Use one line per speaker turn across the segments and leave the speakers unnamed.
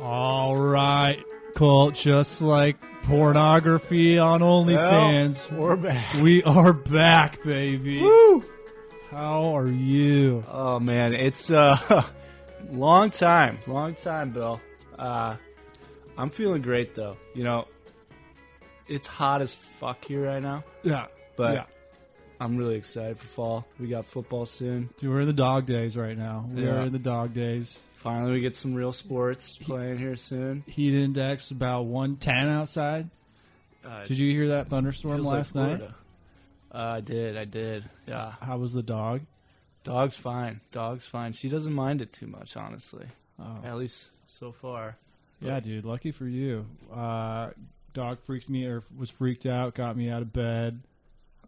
All right, Colt, just like pornography on OnlyFans,
Well, we're back.
we are back, baby.
Woo!
How are you?
Oh man, it's uh long time, long time, Bill. Uh, I'm feeling great though. You know, it's hot as fuck here right now.
Yeah,
But-
yeah.
I'm really excited for fall. We got football soon.
Dude, we're in the dog days right now. We are
Yeah.
in the dog days.
Finally, we get some real sports playing here soon.
Heat index about 110 outside.
Uh,
Did you hear that thunderstorm
feels like
last night?
Florida. Uh, I did. I did. Yeah.
How was the dog?
Dog's fine. Dog's fine. She doesn't mind it too much, honestly.
Oh.
At least so far.
Yeah, dude, lucky for you. Uh, dog freaked me or was freaked out, got me out of bed.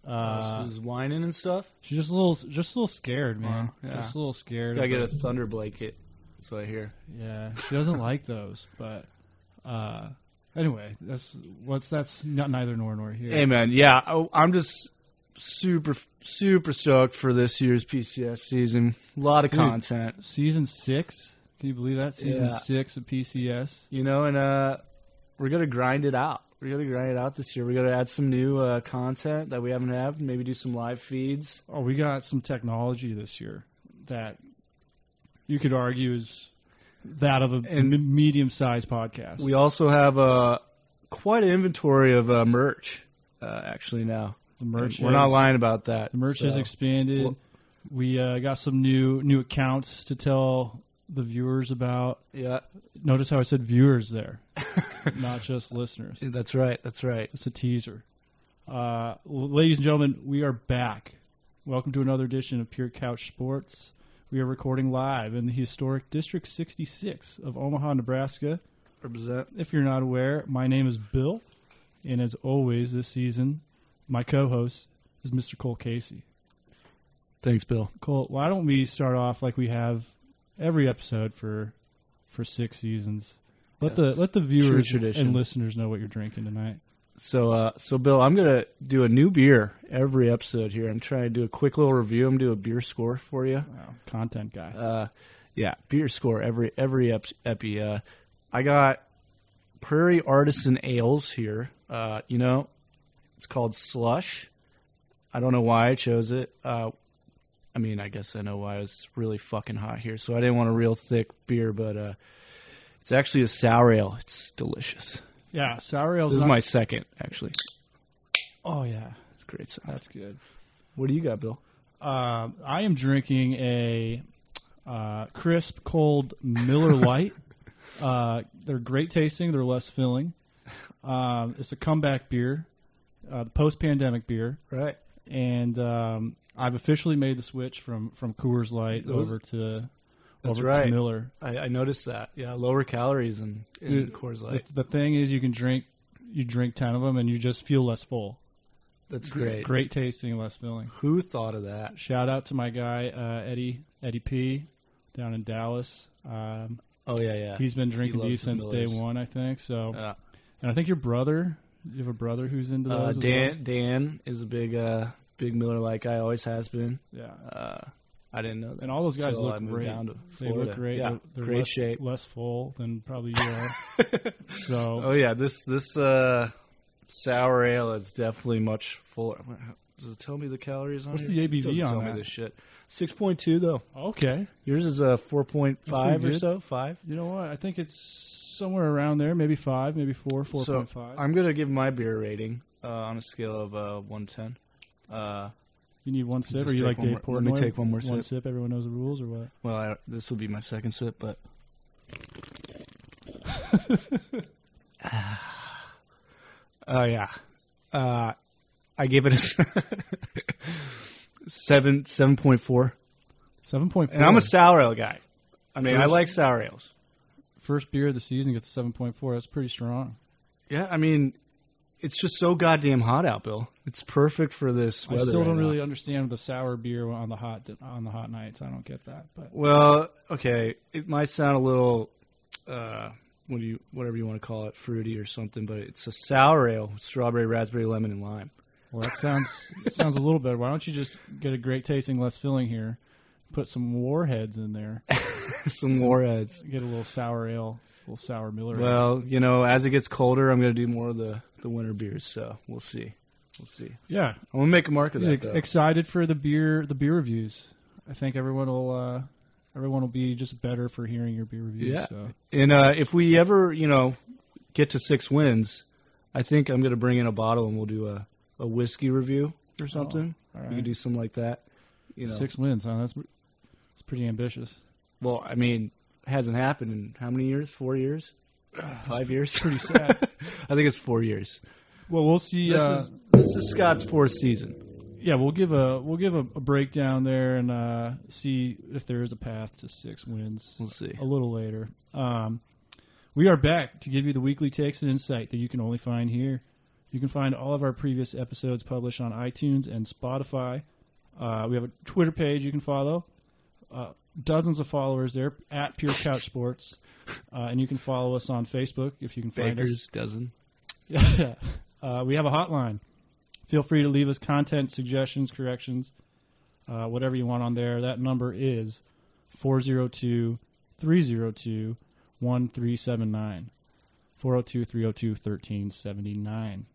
Oh,
Uh,
She's whining and stuff.
she's just a little, just a little scared, man.
Yeah.
Just a little scared.
I get a
about-
thunder blanket. That's what I hear.
Yeah, she doesn't like those, but uh, anyway, that's what's that's not neither nor nor here.
Hey man, yeah, I- I'm just super super stoked for this year's PCS season. A lot of
Dude.
content,
Season six, can you believe that? Season
Yeah.
six of PCS.
you know, and uh, we're gonna grind it out. We're gonna grind it out this year. We're gonna add some new uh, content that we haven't had. Maybe do some live feeds.
Oh, we got some technology this year that you could argue is that of a
And-
m- medium-sized podcast.
We also have uh, quite an inventory of uh, merch. Uh, actually, now
the merch.
we're not
is-
lying about that.
The merch has
so-
expanded.
Well-
we uh, got some new new accounts to tell the viewers about.
yeah,
Notice how I said viewers there, not just listeners.
that's right. That's right.
It's a teaser. Uh, l- ladies and gentlemen, we are back. Welcome to another edition of Pure Couch Sports. We are recording live in the historic District 66 of Omaha, Nebraska.
Represent.
If you're not aware, my name is Bill, and as always this season, my co-host is Mr. Cole Casey.
Thanks, Bill.
Cole, why don't we start off like we have every episode for for six seasons? Let
Yes.
the let the viewers
tradition.
and listeners know what you're drinking tonight.
So, uh, so Bill, I'm gonna do a new beer every episode here. I'm trying to do a quick little review. I'm gonna do a beer score for you.
Wow, content guy.
Uh, yeah, beer score every every ep- epi. Uh, I got Prairie Artisan Ales here. Uh, you know, it's called Slush. I don't know why I chose it. Uh, I mean, I guess I know why. It's really fucking hot here, so I didn't want a real thick beer, but uh, it's actually a sour ale. It's delicious.
yeah, sour ale's
This is
not-
my second, actually.
Oh yeah,
It's a great sound.
that's good.
What do you got, Bill?
Um, I am drinking a uh, crisp, cold Miller Lite. uh, they're great tasting. They're less filling. Um, it's a comeback beer, uh, the post-pandemic beer,
Right.
and um, I've officially made the switch from from Coors Light
Those-
over to
That's
over to
right.
Miller.
I, I noticed that. Yeah, lower calories in, in
Dude,
Coors
The,
Light.
the thing is, you can drink you drink ten of them, and you just feel less full.
That's great.
Great tasting, less filling.
Who thought of that?
Shout out to my guy uh, Eddie Eddie P down in Dallas. Um,
Oh yeah, Uh, yeah.
he's been drinking
loves
these
the
since day
Millers.
one, I think. So,
Yeah.
and I think your brother, you have a brother who's into those.
uh,
as
Dan Dan is a big uh, big Miller like I always has been.
well? yeah.
Uh, I didn't know that.
And all those guys
So I
look
moved
great.
down to
they look
Florida.
great.
Yeah,
They're, they're
great
less,
shape.
less full than probably you are. so,
Oh yeah, this this uh, sour ale is definitely much fuller. Does it tell me the calories on
What's
here?
the
It doesn't
ABV on
tell
that?
me this shit. Six point two though.
okay.
Yours is a four point five or
good.
so. Five.
You know what? I think it's somewhere around there, maybe five, maybe four, four
so
point five.
I'm gonna give my beer rating uh, on a scale of uh, one to ten. Uh,
You need one sip,
Just
or you
take
like
one
Dave
more-
Portnoy?
let me take one more
One sip. Everyone knows the rules, or what?
well, I, this will be my second sip, but oh Ah, yeah, uh, I gave it a s- seven seven point four,
Seven point four.
and I'm a sour ale guy. I mean, I
First-
like sour ales.
first beer of the season gets a seven point four. That's pretty strong.
Yeah, I mean, it's just so goddamn hot out, Bill. It's perfect for this
I
weather.
still
right
don't
now.
really understand the sour beer on the hot on the hot nights. I don't get that, but
Well, okay, it might sound a little, uh, what do you, whatever you want to call it, fruity or something, but it's a sour ale, with strawberry, raspberry, lemon, and lime.
well, that sounds that sounds a little better. Why don't you just get a great tasting, less filling here, put some warheads in there,
Some warheads.
get a little sour ale little sour Miller.
Well, you know, as it gets colder, I'm going to do more of the, the winter beers. So we'll see. We'll see.
yeah,
I'm going to make a mark of that.
Ex-
though.
excited for the beer the beer reviews. I think everyone will uh, everyone will be just better for hearing your beer reviews.
Yeah.
So.
And uh, if we ever, you know, get to six wins, I think I'm going to bring in a bottle and we'll do a, a whiskey review or something.
Oh, all
We
right.
can do something like that. You know,
Six wins, huh? That's that's pretty ambitious.
well, I mean, it hasn't happened in how many years? Four years? Five years?
Pretty sad.
I think it's four years.
well, we'll see.
This,
Uh,
is, this is Scott's fourth season.
yeah, we'll give a we'll give a, a breakdown there and uh, see if there is a path to six wins.
We'll see.
a little later. Um, we are back to give you the weekly takes and insight that you can only find here. You can find all of our previous episodes published on iTunes and Spotify. Uh, we have a Twitter page you can follow. Uh, dozens of followers there at Pure Couch Sports, uh, and you can follow us on Facebook if you can find us.
Baker's dozen.
Yeah. Uh, we have a hotline. Feel free to leave us content, suggestions, corrections, uh, whatever you want on there. That number is 402 302 1379. 402 302 1379.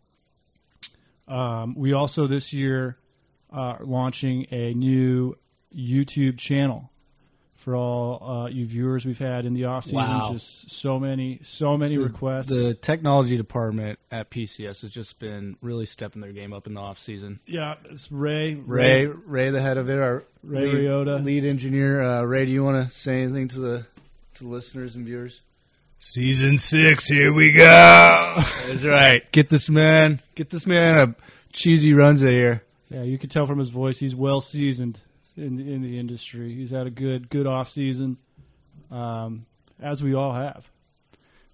Um, we also this year uh, are launching a new YouTube channel for all uh, you viewers we've had in the off season.
Wow.
Just so many, so many requests.
The technology department at PCS has just been really stepping their game up in the off season.
Yeah, it's Ray.
Ray, Ray, the head of it, our
Ray
lead,
Liotta.
lead engineer. Uh, Ray, do you want to say anything to the to the listeners and viewers?
Season six, here we go.
That's right. Get this man, get this man a cheesy runza here.
Yeah, you can tell from his voice he's well seasoned in the, in the industry. He's had a good good off season, um, as we all have.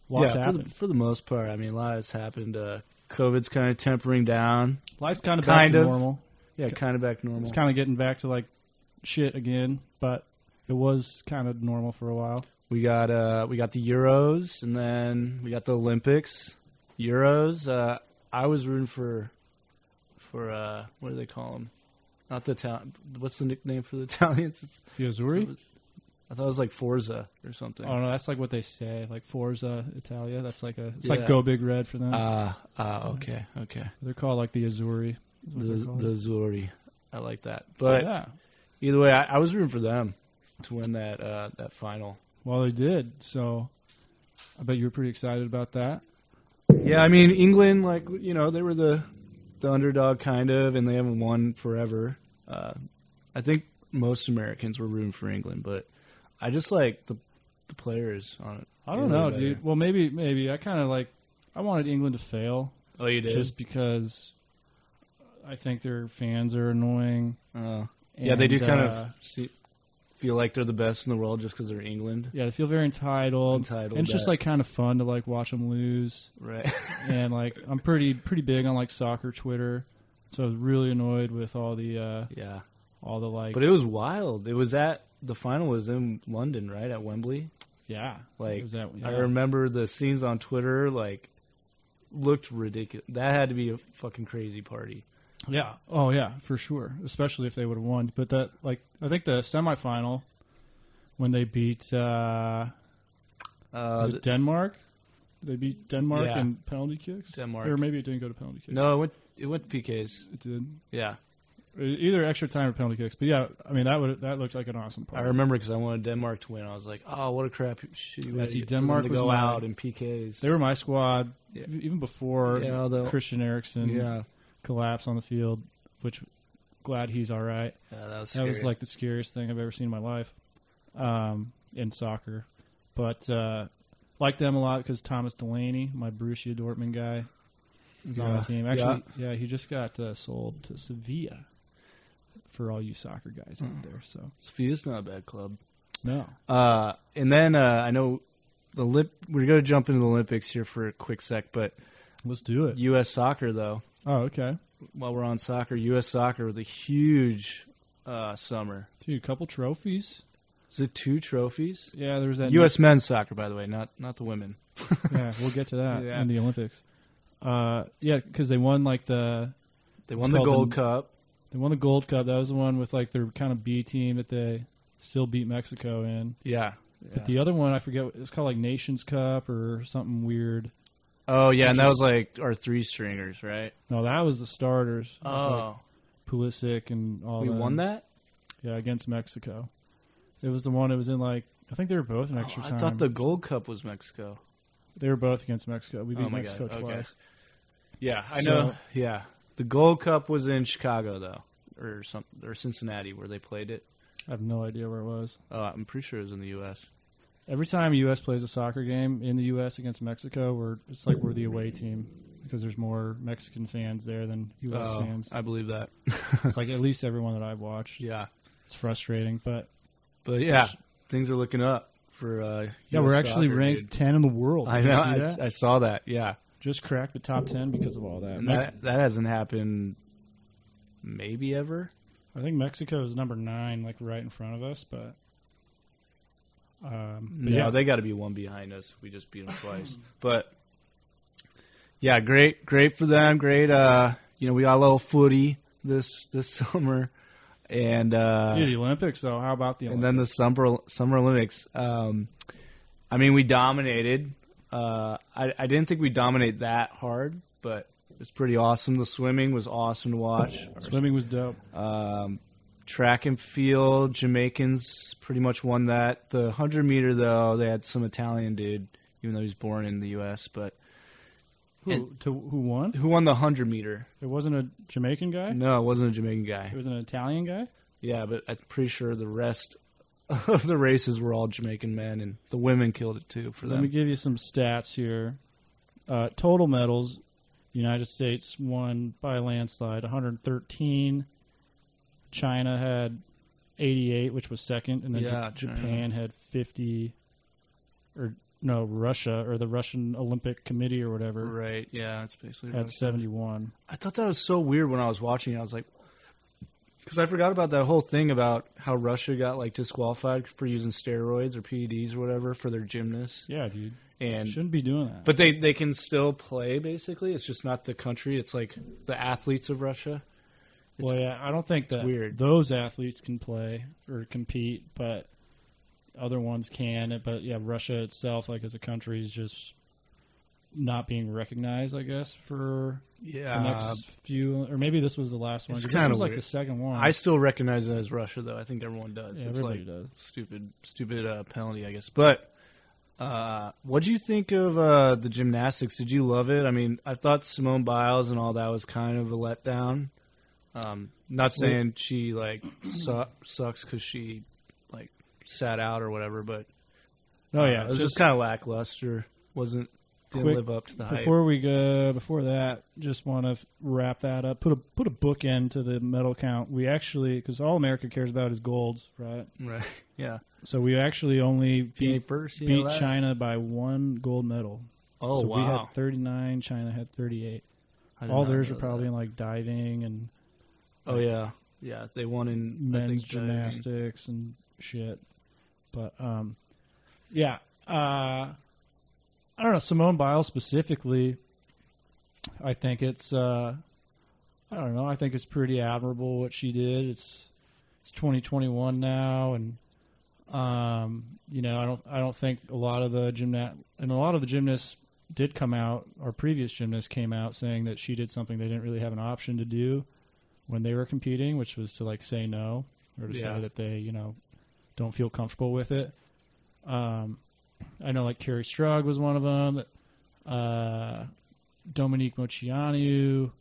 Lots
yeah, for the,
happened.
for the most part, I mean, a lot has happened. Uh, COVID's kind of tempering down.
Life's kind of
Kind
back to
of.
normal.
Yeah, kind of back normal.
It's kind of getting back to like shit again, but it was kind of normal for a while.
we got uh, we got the Euros, and then we got the Olympics. Euros. Uh, I was rooting for for uh, what do they call them? Not the town. What's the nickname for the Italians? It's
The Azzurri?
I thought it was like Forza or something.
Oh no, that's like what they say. Like Forza Italia. That's like a it's
Yeah.
like Go Big Red for them.
Ah, ah, okay, okay.
they're called like the Azzurri. is what
The,
they're called.
the Zuri. I like that. But
yeah.
either way, I, I was rooting for them to win that uh, that final.
Well, they did. So I bet you were pretty excited about that.
Yeah, I mean England, like you know, they were the the underdog kind of, and they haven't won forever. Uh, I think most Americans were rooting for England, but I just like the the players on it.
I don't
They were
know,
better.
dude. Well, maybe, maybe I kind of like. I wanted England to fail
Oh, you did.
just because I think their fans are annoying.
oh. yeah, they do
and,
kind
uh,
of see, feel like they're the best in the world just because they're England,
Yeah, they feel very entitled.
Entitled,
And it's just
that-
like kind of fun to like watch them lose.
right?
and like I'm pretty pretty big on like soccer Twitter, so I was really annoyed with all the uh
yeah.
all the like.
But it was wild. It was at the final was in London, right at Wembley.
yeah,
Like
It was that- yeah.
I remember the scenes on Twitter, like looked ridiculous. That had to be a fucking crazy party.
Yeah. Oh yeah, for sure. Especially if they would have won. But that like I think the semifinal when they beat uh
Uh,
was it Denmark? They beat Denmark
Yeah.
in penalty kicks.
Denmark.
Or maybe it didn't go to penalty kicks.
no, it went it went PKs.
It did. E-,
Yeah,
Either extra time or penalty kicks. But yeah, I mean that would that looked like an awesome
I
part.
remember because I wanted Denmark to win. I was like, oh, what a crap shoot!
Yeah, see, Denmark
to
was
go
my-
out in PKs.
They were my squad e-,
Yeah.
even before
Yeah, although-
Christian Erickson
yeah,
collapsed on the field, which glad he's all right.
yeah, that was
That
scary.
was like the scariest thing I've ever seen in my life um, in soccer. But uh, like them a lot because Thomas Delaney, my Borussia Dortmund guy, is on
Yeah.
the team. Actually, yeah, he just got uh, sold to Sevilla for all you soccer guys out there. So
Sophia's not a bad club.
no,
Uh, and then uh, I know the lip. We're gonna jump into the Olympics here for a quick sec, but
let's do it.
U.S. soccer though.
Oh, okay,
While we're on soccer, U.S. soccer was a huge uh, summer.
dude, a couple trophies.
Is it two trophies?
Yeah, there was that
U.S. men's soccer, by the way, not not the women.
yeah, we'll get to that
Yeah.
in the Olympics. Uh, yeah, because they won like the
They won
It's called
the Gold
the-
Cup.
they won the gold cup. That was the one with like their kind of B team that they still beat Mexico in.
Yeah,
But the other one, I forget. what- It's called like Nations Cup or something weird.
Oh yeah, and that was like our three stringers, right?
No, that was the starters. It was, like,
Oh,
Pulisic and all.
we
them.
won that.
Yeah, against Mexico. It was the one. It was in like I think they were both in extra
Oh, I
time.
thought the Gold Cup was Mexico.
They were both against Mexico. We beat
Oh my
Mexico
God, okay.
twice.
Yeah, I
So-
know. Yeah, the Gold Cup was in Chicago though, or some or Cincinnati where they played it.
I have no idea where it was.
Oh, I'm pretty sure it was in the U.S.
Every time U.S. plays a soccer game in the U.S. against Mexico, we're it's like we're the away team because there's more Mexican fans there than U.S.
Oh,
fans.
I believe that.
It's like at least everyone that I've watched.
yeah,
It's frustrating, but
but yeah, things are looking up for. Uh,
yeah,
US
we're actually
soccer,
ranked
dude.
ten in the world.
I
Did you
know.
see
I,
that?
I saw that. Yeah,
just cracked the top ten because of all that.
and
Mex-
that that hasn't happened maybe ever.
I think Mexico is number nine, like right in front of us, but. Um, but
No,
yeah,
they got to be one behind us. We just beat them twice. But yeah, great, great for them. Great. Uh, you know, we got a little footy this this summer, and uh,
Dude, the Olympics though. How about the
and
Olympics?
then the summer summer Olympics. Um, I mean, we dominated. Uh, I I didn't think we dominate that hard, but it's pretty awesome. The swimming was awesome to watch.
Swimming was dope.
Um, track and field, Jamaicans pretty much won that. The 100 meter, though, they had some Italian dude, even though he's born in the U.S., but
Who to who won?
who won the 100 meter?
It wasn't a Jamaican guy.
No, it wasn't a Jamaican guy.
It was an Italian guy.
Yeah, but I'm pretty sure the rest of the races were all Jamaican men, and the women killed it, too, for
Let me
them.
give you some stats here. Uh, total medals, United States won by a landslide, 113. China had 88, which was second, and then
Yeah,
J-
China.
Japan had 50. Or no, Russia or the Russian Olympic Committee or whatever
Right, yeah, that's basically
had 71.
I thought that was so weird when I was watching. it. I was like, because I forgot about that whole thing about how Russia got like disqualified for using steroids or PEDs or whatever for their gymnasts,
Yeah, dude,
and
shouldn't be doing that.
but they they can still play basically. It's just not the country. It's like the athletes of Russia.
well, yeah, I don't think that
weird.
those athletes can play or compete, but other ones can. But yeah, Russia itself, like as a country, is just not being recognized, I guess, for the
Yeah,
next few, or maybe this was the last one.
Uh, it's
'cause This
kinda
was like
weird.
the second one.
I still recognize it as Russia though. I think everyone does.
Yeah,
it's
everybody
like
does.
stupid stupid uh, penalty, I guess. But uh, what do you think of uh, the gymnastics? Did you love it? I mean, I thought Simone Biles and all that was kind of a letdown. Um, not saying she like su- sucks because she like sat out or whatever, but
oh yeah,
uh, it was
just
just kind of lackluster. wasn't didn't
Quick,
live up to the hype.
before we go, before that, just want to wrap that up. Put a put a book into the medal count. We actually, because all America cares about is golds, right?
right? Yeah,
So we actually only beat
first
beat China by one gold medal.
Oh
so
wow!
we had 39, China had 38.
I did
All
not
theirs were
know that.
probably in like diving and
Oh yeah, yeah. They won in I
men's
think, diving.
gymnastics and shit. But um yeah, uh I don't know Simone Biles specifically. I think it's uh I don't know, I think it's pretty admirable what she did. It's it's 2021 now and um you know, I don't I don't think a lot of the gymnast and a lot of the gymnasts did come out our previous gymnasts came out saying that she did something they didn't really have an option to do when they were competing, which was to like say no or to
Yeah.
say that they, you know, don't feel comfortable with it. Um, I know like Carrie Strug was one of them, uh, Dominique Mocianu,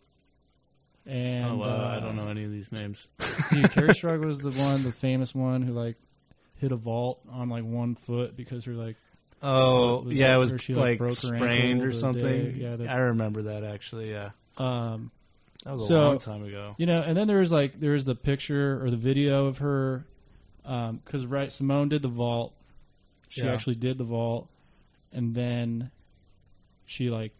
and
oh, wow, I
uh,
don't know any of these names.
Dude, Carrie Strug was the one, the famous one who like hit a vault on like one foot because her like
Oh,
It was
yeah,
like
it was
where she, like,
like,
broke her
sprained
ankle
or
the
something.
day- yeah, the-
I remember that actually. Yeah,
um
that was a
So-
long time ago.
You know, and then there was like there was the picture or the video of her, because right, Simone did the vault. She
Yeah.
actually did the vault, and then she like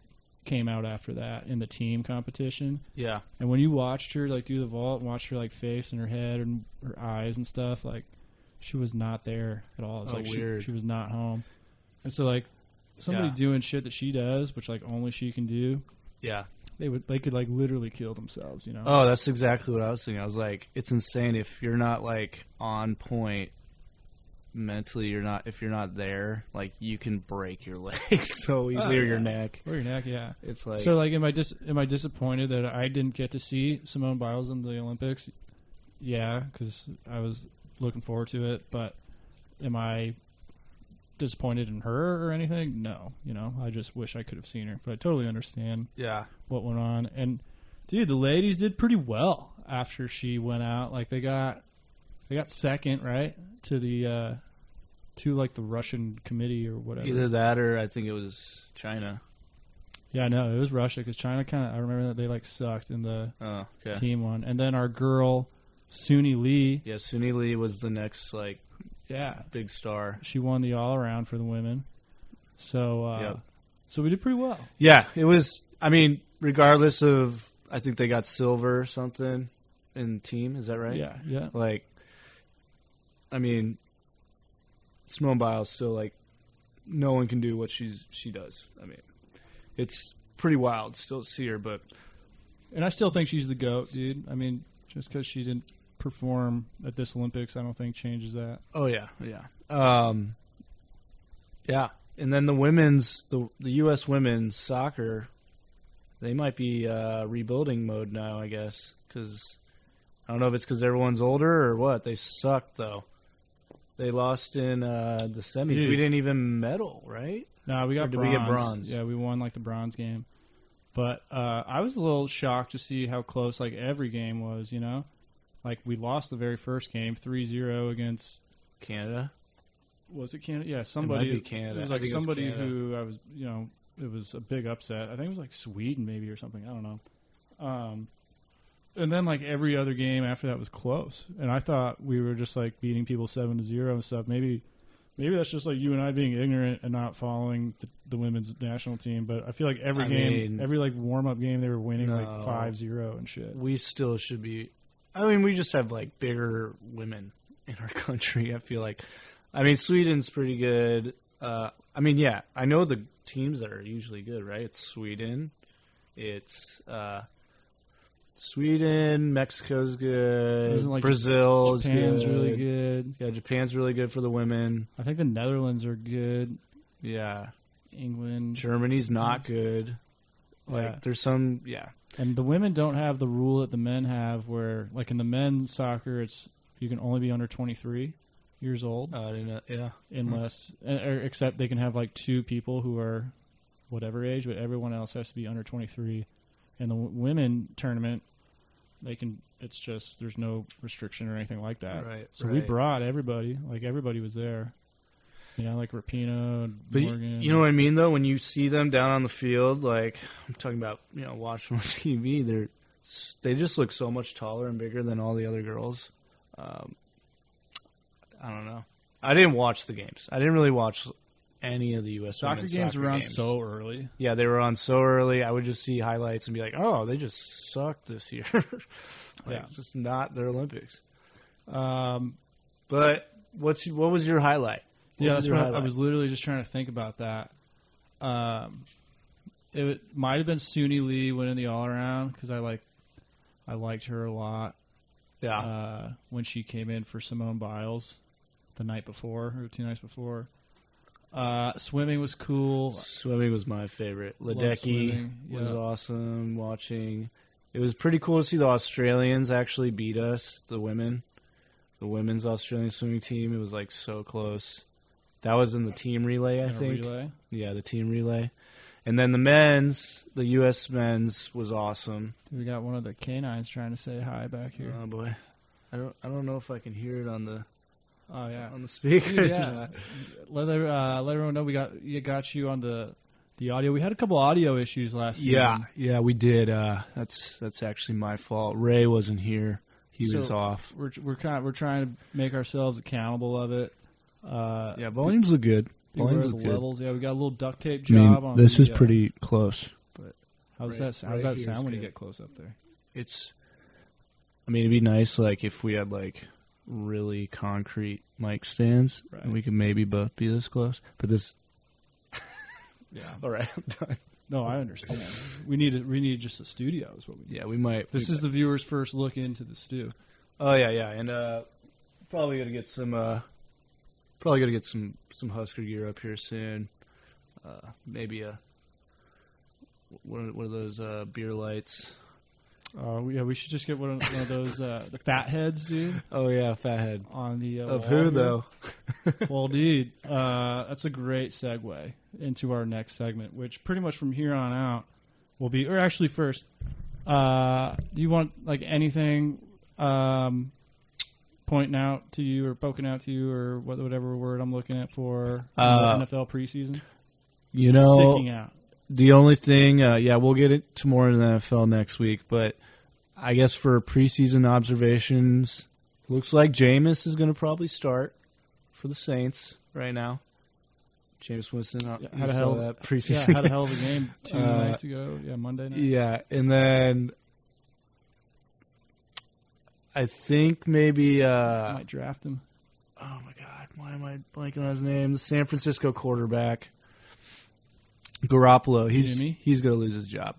came out after that in the team competition.
Yeah,
And when you watched her like do the vault and watched her like face and her head and her eyes and stuff, like she was not there at all. It's
Oh,
like
weird.
She, she was not home. And so like somebody
Yeah.
doing shit that she does, which like only she can do,
yeah.
they would they could like literally kill themselves. You know.
Oh, that's exactly what I was thinking. I was like, it's insane if you're not like on point mentally you're not if you're not there, like you can break your leg so easily or your neck.
Or your neck, yeah.
It's like
so like am I dis- am I disappointed that I didn't get to see Simone Biles in the Olympics? Yeah, because I was looking forward to it. But am I disappointed in her or anything? No, you know I just wish I could have seen her. But I totally understand
yeah.
what went on. And dude, the ladies did pretty well after she went out. Like they got they got second right to the uh to like the Russian committee or whatever.
Either that or I think it was China.
Yeah, I know it was Russia because China kind of. I remember that they like sucked in the
Oh, okay.
team one, and then our girl Suni Lee.
Yeah, Suni Lee was the next like
Yeah,
big star.
she won the all around for the women. So, uh,
Yep.
so we did pretty well.
Yeah, it was. I mean, regardless of, I think they got silver or something in team. Is that right?
Yeah, yeah.
Like, I mean, Simone Biles still like, no one can do what she's she does. I mean, it's pretty wild still to see her, but
And I still think she's the goat, dude. I mean, just because she didn't perform at this Olympics, I don't think changes that.
Oh yeah, yeah, um, yeah. And then the women's the the U.S. women's soccer, they might be uh, rebuilding mode now, I guess, because I don't know if it's because everyone's older or what. They suck though. They lost in uh, the semis.
Dude.
We didn't even medal, right?
No, we got
Or did we
bronze.
get bronze?
Yeah, we won like the bronze game. But uh, I was a little shocked to see how close like every game was. You know, like we lost the very first game 3-0 against
Canada.
was it Canada? Yeah, somebody.
be Canada.
It was
I
like
think it was
somebody
Canada.
who I was. You know, it was a big upset. I think it was like Sweden maybe or something. I don't know. Um, and then like every other game after that was close, and I thought we were just like beating people seven to zero and stuff. Maybe, maybe that's just like you and I being ignorant and not following the, the women's national team. But I feel like every
I
game,
mean-
every like warm up game, they were winning
No.
like five zero and shit.
We still should be. I mean, we just have like bigger women in our country. I feel like. I mean, Sweden's pretty good. Uh, I mean, yeah, I know the teams that are usually good, right? It's Sweden, it's uh, Sweden, Mexico's good,
Isn't, like,
Brazil is
Japan's
good.
really good.
Yeah, Japan's really good for the women.
I think the Netherlands are good.
Yeah,
England.
Germany's not good. Like,
Yeah.
there's some. Yeah,
And the women don't have the rule that the men have, where like in the men's soccer, it's you can only be under twenty three years old
uh, I didn't know, yeah,
unless, and- or, except they can have like two people who are whatever age, but everyone else has to be under twenty three. And the w- women tournament, they can. It's just there's no restriction or anything like that.
Right,
So we
right.
brought everybody. Like everybody was there. You know, like Rapino, and
But y-
Morgan.
you know what I mean, though. When you see them down on the field, like I'm talking about, you know, watching on TV, they're s- they just look so much taller and bigger than all the other girls. Um, I don't know. I didn't watch the games. I didn't really watch any of the U.S.
soccer
women's
games
soccer
were on
games.
so early.
yeah, they were on so early. I would just see highlights and be like, "Oh, they just sucked this year." like,
Yeah.
it's just not their Olympics.
Um,
But what's what was your highlight? What
Yeah,
was
that's
your
what I- I
highlight?
was literally just trying to think about that. Um, it w- might have been Suni Lee winning the all around because I like, I liked her a lot
Yeah,
uh, when she came in for Simone Biles the night before or two nights before. Uh, swimming was cool.
Swimming was my favorite. Ledecky
swimming,
was
yeah.
awesome watching. It was pretty cool to see the Australians actually beat us, the women. The women's Australian swimming team. It was like so close. That was in the team relay, I
in a
think.
relay.
Yeah, the team relay. And then the men's, the US men's was awesome.
we got one of the canines trying to say hi back here.
Oh boy. I don't I don't know if I can hear it on the
oh yeah,
on the speakers.
yeah. let every- uh, let everyone know we got you got you on the the audio. We had a couple audio issues last season.
Yeah, yeah, we did. Uh, that's that's actually my fault. Ray wasn't here. He was
So-
off.
we're we're kind of, we're trying to make ourselves accountable of it. Uh,
Yeah, volumes look good.
beware
Volumes
of the
look good.
levels. Yeah, we got a little duct tape
I
job.
mean,
on
this
the,
is
uh,
pretty close.
How does
right-
that how does
right
that
here
sound
is
when you
good.
get close up there?
It's. I mean, it'd be nice like if we had like really concrete mic stands,
Right.
and we could maybe both be this close. But this.
Yeah.
All right, I'm done.
No, I understand. we need a, we need just a studio is what we need.
Yeah, we might.
This
we-
is the viewer's first look into the stew.
Oh yeah, yeah, and uh, probably gonna get some uh, Probably gonna get some some Husker gear up here soon. Uh, maybe a one of, one of those uh, beer lights.
Uh, we- yeah, we should just get one of, one of those uh, the fat heads, dude,
Oh yeah, fathead.
on the uh,
Of
wall
who
here.
though?
Well, dude, uh, that's a great segue into our next segment, which pretty much from here on out will be, or actually first, uh, do you want like anything um, pointing out to you or poking out to you or what, whatever word I'm looking at for in the
Uh,
NFL preseason
You know,
sticking out?
The only thing, uh, yeah, we'll get it to more in the NFL next week, but I guess for preseason observations, looks like Jameis is going to probably start for the Saints right now. Jameis Winston uh,
Yeah,
you
had a
saw
hell-
that
Yeah,
preseason.
had a hell of a game two
Uh,
nights ago. Yeah, Monday night.
Yeah, and then I think maybe. Uh,
Might draft him.
oh my god, why am I blanking on his name? The San Francisco quarterback, Garoppolo. He's
Jimmy?
he's gonna lose his job,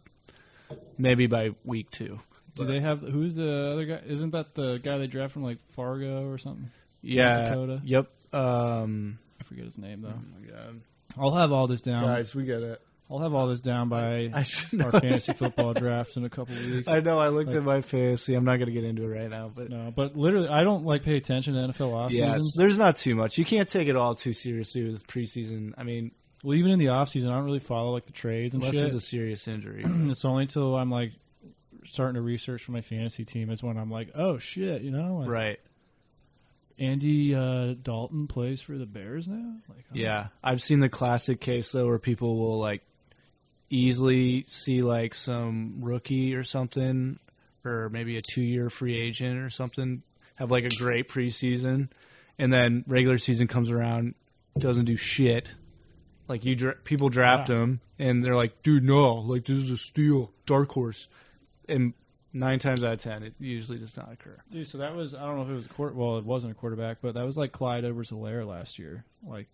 maybe by week two.
Do they have who's the other guy? Isn't that the guy they draft from like Fargo or something?
Yeah.
Dakota?
Yep. Um,
I forget his name though.
oh my god,
I'll have all this down.
guys, we got it.
I'll have all this down by
I should
our
know.
fantasy football drafts in a couple weeks.
I know. I looked at my fantasy. I'm not gonna get into it right now, but.
no, but literally, I don't like pay attention to NFL off
Yeah,
seasons.
it's- there's not too much. You can't take it all too seriously with preseason. I mean,
Well, even in the off season, I don't really follow like the trades and
unless
shit.
there's a serious injury.
it's only till I'm like starting to research for my fantasy team is when I'm like, oh shit, you know, like,
right.
Andy uh, Dalton plays for the Bears now. Like, oh,
Yeah, I've seen the classic case though where people will like easily see like some rookie or something, or maybe a two-year free agent or something, have like a great preseason, and then regular season comes around, doesn't do shit. Like you, dra- people draft
Yeah.
him, and they're like, "Dude, no! Like this is a steal, dark horse." And nine times out of ten, it usually does not occur.
Dude, so that was I don't know if it was a quarter. Well, it wasn't a quarterback, but that was like Clyde over Hilaire last year. Like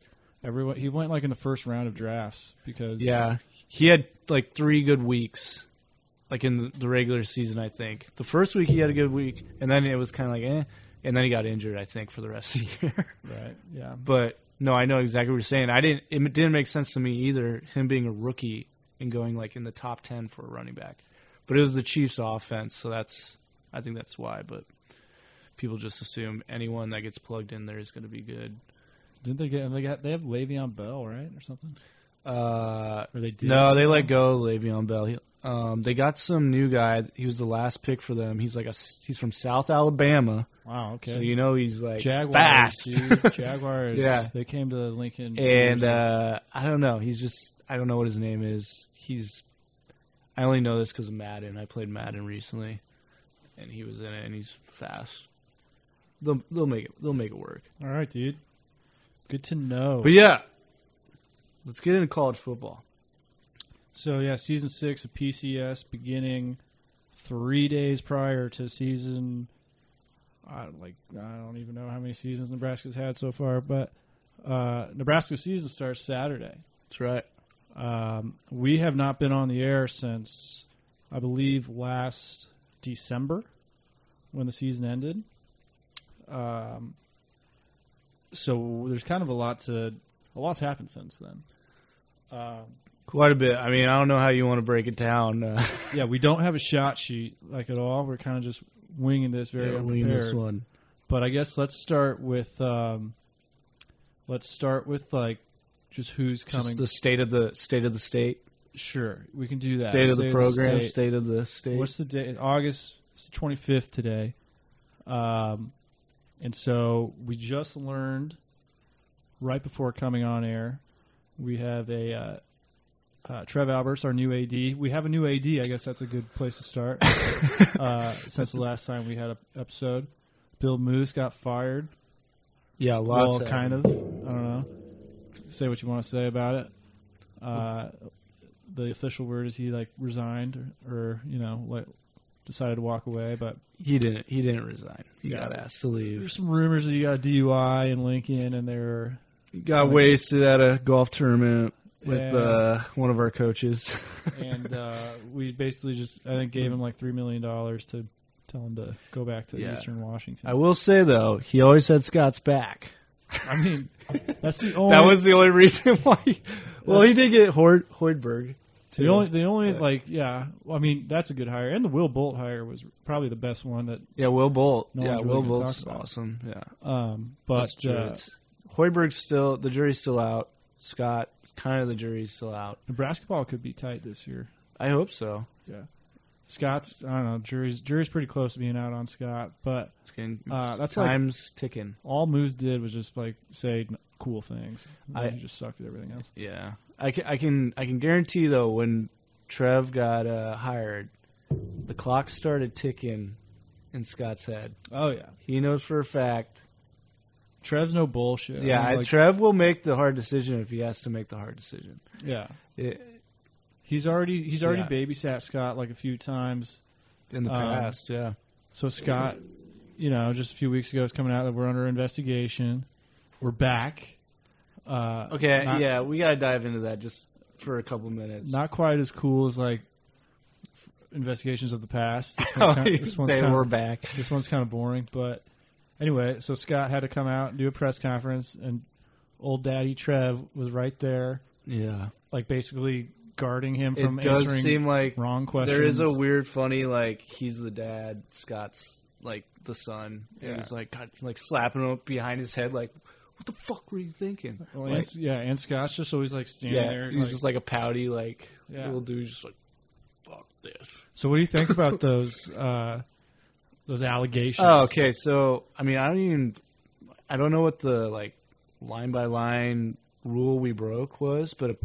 everyone, he went like in the first round of drafts because
Yeah, he had like three good weeks, like in the, the regular season. I think the first week he had a good week, and then it was kind of like eh, and then he got injured. I think for the rest of the year.
right, yeah,
but no, I know exactly what you're saying. I didn't. It didn't make sense to me either. Him being a rookie and going like in the top ten for a running back, but it was the Chiefs' offense, so that's. I think that's why. But people just assume anyone that gets plugged in there is going to be good.
Didn't they get? They got. They have Le'Veon Bell, right, or something?
Uh,
Or they did?
No, they let go of Le'Veon Bell. He- Um, they got some new guy. He was the last pick for them. He's like a s- he's from South Alabama,
Wow. Okay.
so you know he's like
Jaguars.
fast.
dude. Jaguars.
Yeah.
They came to Lincoln.
and uh, I don't know. He's just I don't know what his name is. He's I only know this because of Madden. I played Madden recently, and he was in it, and he's fast. They'll they'll make it they'll make it work.
all right, dude. Good to know.
uh, But yeah, let's get into college football.
so yeah, season six of PCS beginning three days prior to season. I don't like I don't even know how many seasons Nebraska's had so far, but uh, Nebraska's season starts Saturday.
That's right.
Um, we have not been on the air since I believe last December when the season ended. Um, so there's kind of a lot to a lot's happened since then. Um,
Quite a bit. I mean, I don't know how you want to break it down. Uh,
yeah, we don't have a shot sheet like at all. We're kind of just winging this very
yeah, winging
unprepared.
this one.
But I guess let's start with um, let's start with like just who's coming.
Just the state of the state of the state,
sure, we can do that.
state of the program,
state.
state. of the state.
What's the day? August twenty fifth today, um, and so we just learned right before coming on air. We have a uh, uh, Trev Alberts, our new AD. We have a new AD. I guess that's a good place to start. uh, since the last time we had an episode, Bill Moose got fired.
yeah, lots
well,
of-
kind of. I don't know. Say what you want to say about it. Uh, the official word is he like resigned or, or you know like decided to walk away. But
He didn't. He didn't resign. He
Yeah.
got asked to leave.
there's some rumors that he got a DUI in Lincoln, and they're
He got wasted at a golf tournament with
Yeah.
uh, one of our coaches.
and uh, we basically just I think gave him like three million dollars to tell him to go back to
Yeah.
Eastern Washington.
I will say though, he always had Scott's back.
I mean, that's the only
That was the only reason why. He, well, he did get Hord, Hoidberg. Too.
the only the only like yeah. Well, I mean, that's a good hire, and the Will Bolt hire was probably the best one. That
yeah, Will Bolt.
No
yeah,
one's really
Will
gonna
Bolt's
talk about.
awesome. Yeah,
um, but
That's true.
uh,
It's- Hoiberg's still the jury's still out. Scott, kind of the jury's still out.
Nebraska ball could be tight this year.
I hope so.
Scott's I don't know. Jury's jury's pretty close to being out on Scott, but
It's getting
Uh, that's like-
time's ticking.
all Moose did was just like say n- cool things.
I-
I just sucked at everything else.
Yeah, I can, I can I can guarantee though when Trev got uh, hired, the clock started ticking in Scott's head.
Oh yeah,
He knows for a fact.
Trev's no bullshit.
Yeah,
I mean, like,
Trev will make the hard decision if he has to make the hard decision.
yeah.
It,
He's already he's already
Yeah.
babysat Scott like a few times.
in the
Um,
past, yeah.
So Scott, you know, just a few weeks ago, is coming out that we're under investigation. We're back. Uh,
Okay,
not-
yeah, we got to dive into that just for a couple minutes.
Not quite as cool as like f- investigations of the past. This
Oh,
one's kind
you
of, this one's
say
kind
we're
of,
back.
this one's kind of boring, but anyway. So Scott had to come out and do a press conference, and old Daddy Trev was right there,
Yeah,
like basically guarding him
it
from
does
answering
seem like
wrong questions.
There is a weird, funny like he's the dad, Scott's like the son.
Yeah.
And he's like God, like slapping him behind his head, like what the fuck were you thinking?
Well,
Like,
and, yeah, and Scott's just always like standing
yeah,
there.
he's
like-
just like a pouty like
Yeah.
little dude, just like fuck this.
so, what do you think about those uh, those allegations?
Oh, okay. So I mean, I don't even I don't know what the like line by line rule we broke was, but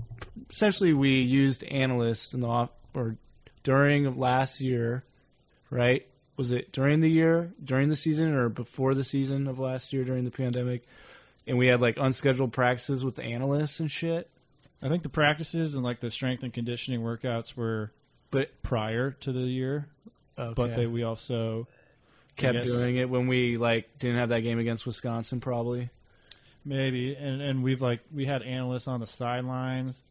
essentially we used analysts in the off or during of last year, right? Was it during the year, during the season, or before the season of last year during the pandemic? And we had like unscheduled practices with analysts and shit.
I think the practices and like the strength and conditioning workouts were
But
prior to the year, but they we also I
kept
guess-
doing it when we like didn't have that game against Wisconsin, probably.
maybe and and we've like we had analysts on the sidelines,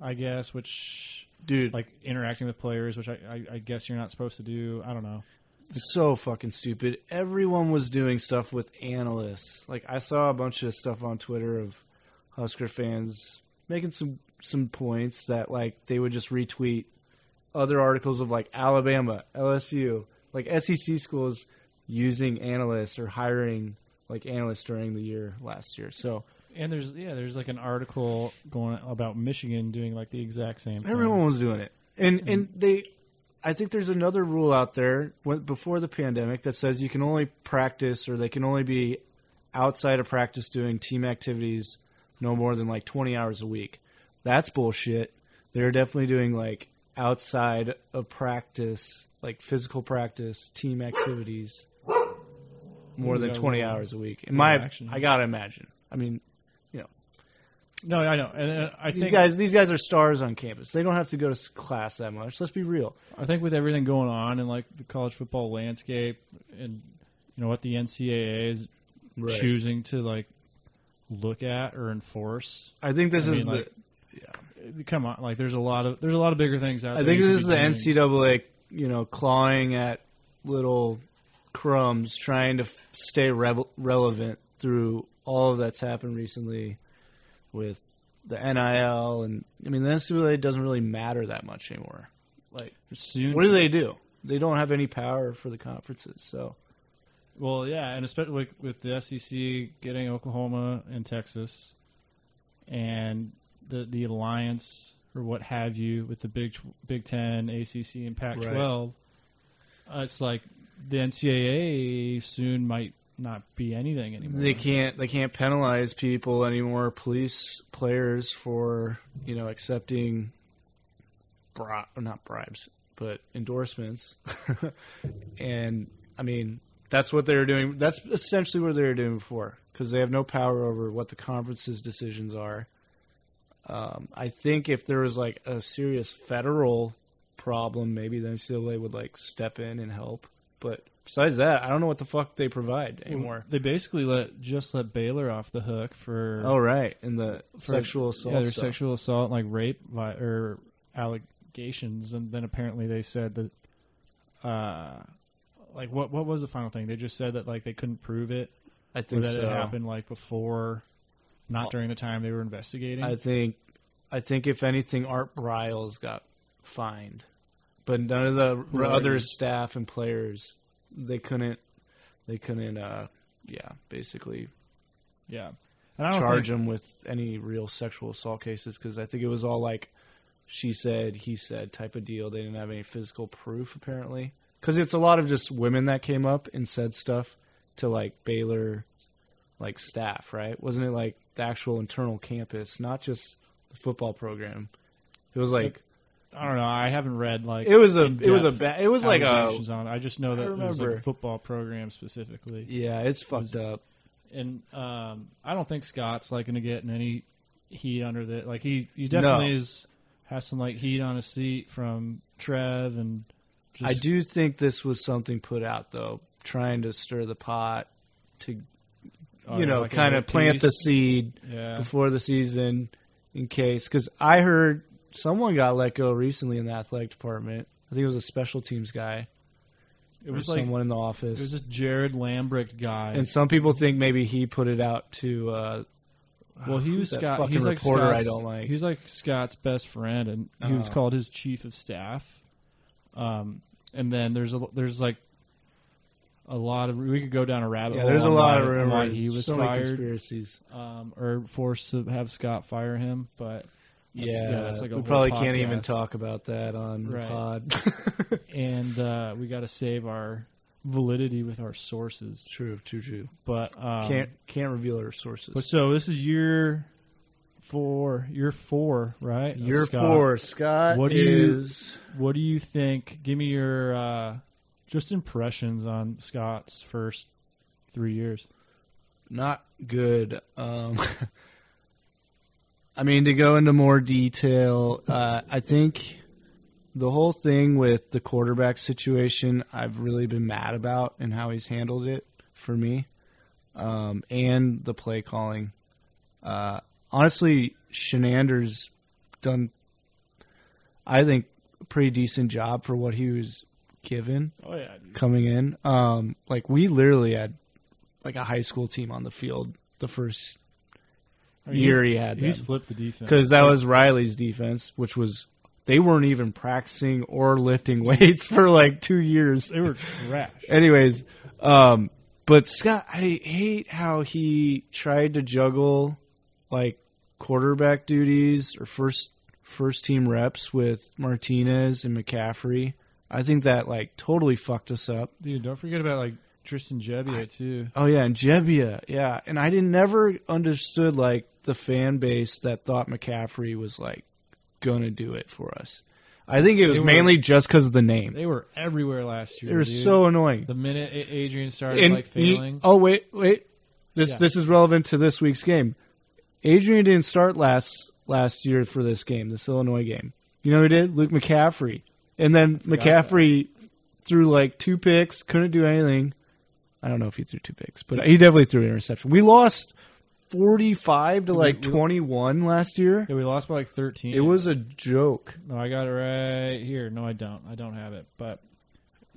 I guess, which
Dude,
like interacting with players, which I, I, I guess you're not supposed to do. I don't know.
so fucking stupid. Everyone was doing stuff with analysts. Like I saw a bunch of stuff on Twitter of Husker fans making some some points that like they would just retweet other articles of like Alabama, LSU, like SEC schools using analysts or hiring like analysts during the year last year. So
And there's yeah, there's like an article going about Michigan doing like the exact same. thing.
Everyone was doing it, and
Mm-hmm.
and they, I think there's another rule out there when, before the pandemic that says you can only practice or they can only be outside of practice doing team activities no more than like 20 hours a week. That's bullshit. They're definitely doing like outside of practice, like physical practice, team activities more
Ooh,
than
yeah,
20
well,
hours a week. In my,
action.
I gotta imagine. I mean,
No, I know, and, and I
these
think
guys, these guys are stars on campus. They don't have to go to s- class that much. Let's be real.
I think with everything going on in like the college football landscape, and you know what the NCAA is choosing to like look at or enforce.
I think this
I mean,
is the.
like, Come on, like there's a lot of there's a lot of bigger things out
I
there.
think
you could
this is
be
the
doing.
NCAA, you know, clawing at little crumbs, trying to f- stay revel relevant through all of that's happened recently with the NIL, and I mean, the NCAA doesn't really matter that much anymore. Like,
Soon
what do
to-
they do? They don't have any power for the conferences, so
Well, yeah, and especially with, with the SEC getting Oklahoma and Texas, and the the alliance or what have you with the Big Big Ten, ACC, and Pac twelve. Uh, it's like the NCAA soon might not be anything anymore.
they can't they can't penalize people anymore police players for you know accepting bri- or not bribes but endorsements and i mean that's what they were doing that's essentially what they were doing before because they have no power over what the conference's decisions are um, i think if there was like a serious federal problem maybe the ncaa would like step in and help but besides that i don't know what the fuck they provide anymore
They basically let just let Baylor off the hook for
Oh right, and the
for-
sexual assault.
yeah, their
stuff.
sexual assault, and, like rape vi- or allegations, and then apparently they said that, uh, like what what was the final thing? They just said that like they couldn't prove it,
I
or
think
that
so.
it happened like before, not
Well,
during the time they were investigating.
I think, I think if anything, Art Briles got fined, but none of the
are
other
you?
staff and players they couldn't, they couldn't, uh, yeah, basically
yeah, and I don't
charge
think,
him with any real sexual assault cases because I think it was all like she said, he said type of deal. They didn't have any physical proof apparently because it's a lot of just women that came up and said stuff to like Baylor, like staff, right? Wasn't it like the actual internal campus, not just the football program? It was like
I don't know. I haven't read like
it was a it
in-depth
was a ba- it was like a
allegations on. it. I just know
I
that it was like a
remember.
football program specifically,
yeah, it's fucked up.
and um, I don't think Scott's like going to get in any heat under that. Like he, he definitely
No.
is has some like heat on his seat from Trev and. Just,
I do think this was something put out though, trying to stir the pot to
uh,
you know,
like a
kind of
hit
plant
piece.
the seed
Yeah.
before the season in case. Because I heard someone got let go recently in the athletic department. I think it was a special teams guy.
It
It
was
was
like
someone in the
it was
office.
this Jared Lambrecht guy.
And some people think maybe he put it out to. Uh,
Well, he was
That
Scott.
fucking
He's like
reporter I
Scott's,
don't like.
He's like Scott's best friend, and he was
Oh.
called his chief of staff. Um, and then there's a there's like a lot of we could go down a rabbit
yeah,
hole.
there's a
on
lot of
why-
rumors.
why he was
so many
fired,
conspiracies.
um, or forced to have Scott fire him. But that's,
yeah,
that's like a
we
whole
probably can't even
podcast.
talk about that on the
Right.
pod.
And uh, we got to save our validity with our sources.
true, true, true.
But um,
Can't can't reveal our sources.
But so this is year four. Year four, right? of
Year
Scott.
four, Scott
What do you-
is.
What do you think? Give me your uh, just impressions on Scott's first three years.
not good. Um, I mean, to go into more detail, uh, I think the whole thing with the quarterback situation, I've really been mad about and how he's handled it for me, um, and the play calling. Uh, honestly, Shenander's done, I think, a pretty decent job for what he was given
Oh yeah,
coming in. Um, like we literally had like a high school team on the field the first year he had
He's
them.
flipped the defense
because that was Riley's defense, which was they weren't even practicing or lifting weights for like two years.
they were trash.
Anyways, um, but Scott, I hate how he tried to juggle like quarterback duties or first first team reps with Martinez and McCaffrey. I think that like totally fucked us up.
Dude, don't forget about like Tristan Jebbia too.
Oh yeah, and Jebbia, yeah. And I didn't never understood like the fan base that thought McCaffrey was like gonna do it for us. I think it was
were-
mainly just because of the name.
They were everywhere last year.
They were
dude.
so annoying.
the minute A- Adrian started
And
like
you-
failing.
oh wait, wait. This
Yeah.
this is relevant to this week's game. Adrian didn't start last last year for this game, this Illinois game. You know who did? Luke McCaffrey. And then
about
McCaffrey threw like two picks, couldn't do anything. I don't know if he threw two picks, but he definitely threw an interception. We lost forty five to like
we-
twenty one last year.
Yeah, we lost by like thirteen.
It was a joke.
no, I got it right here. No, I don't. I don't have it. But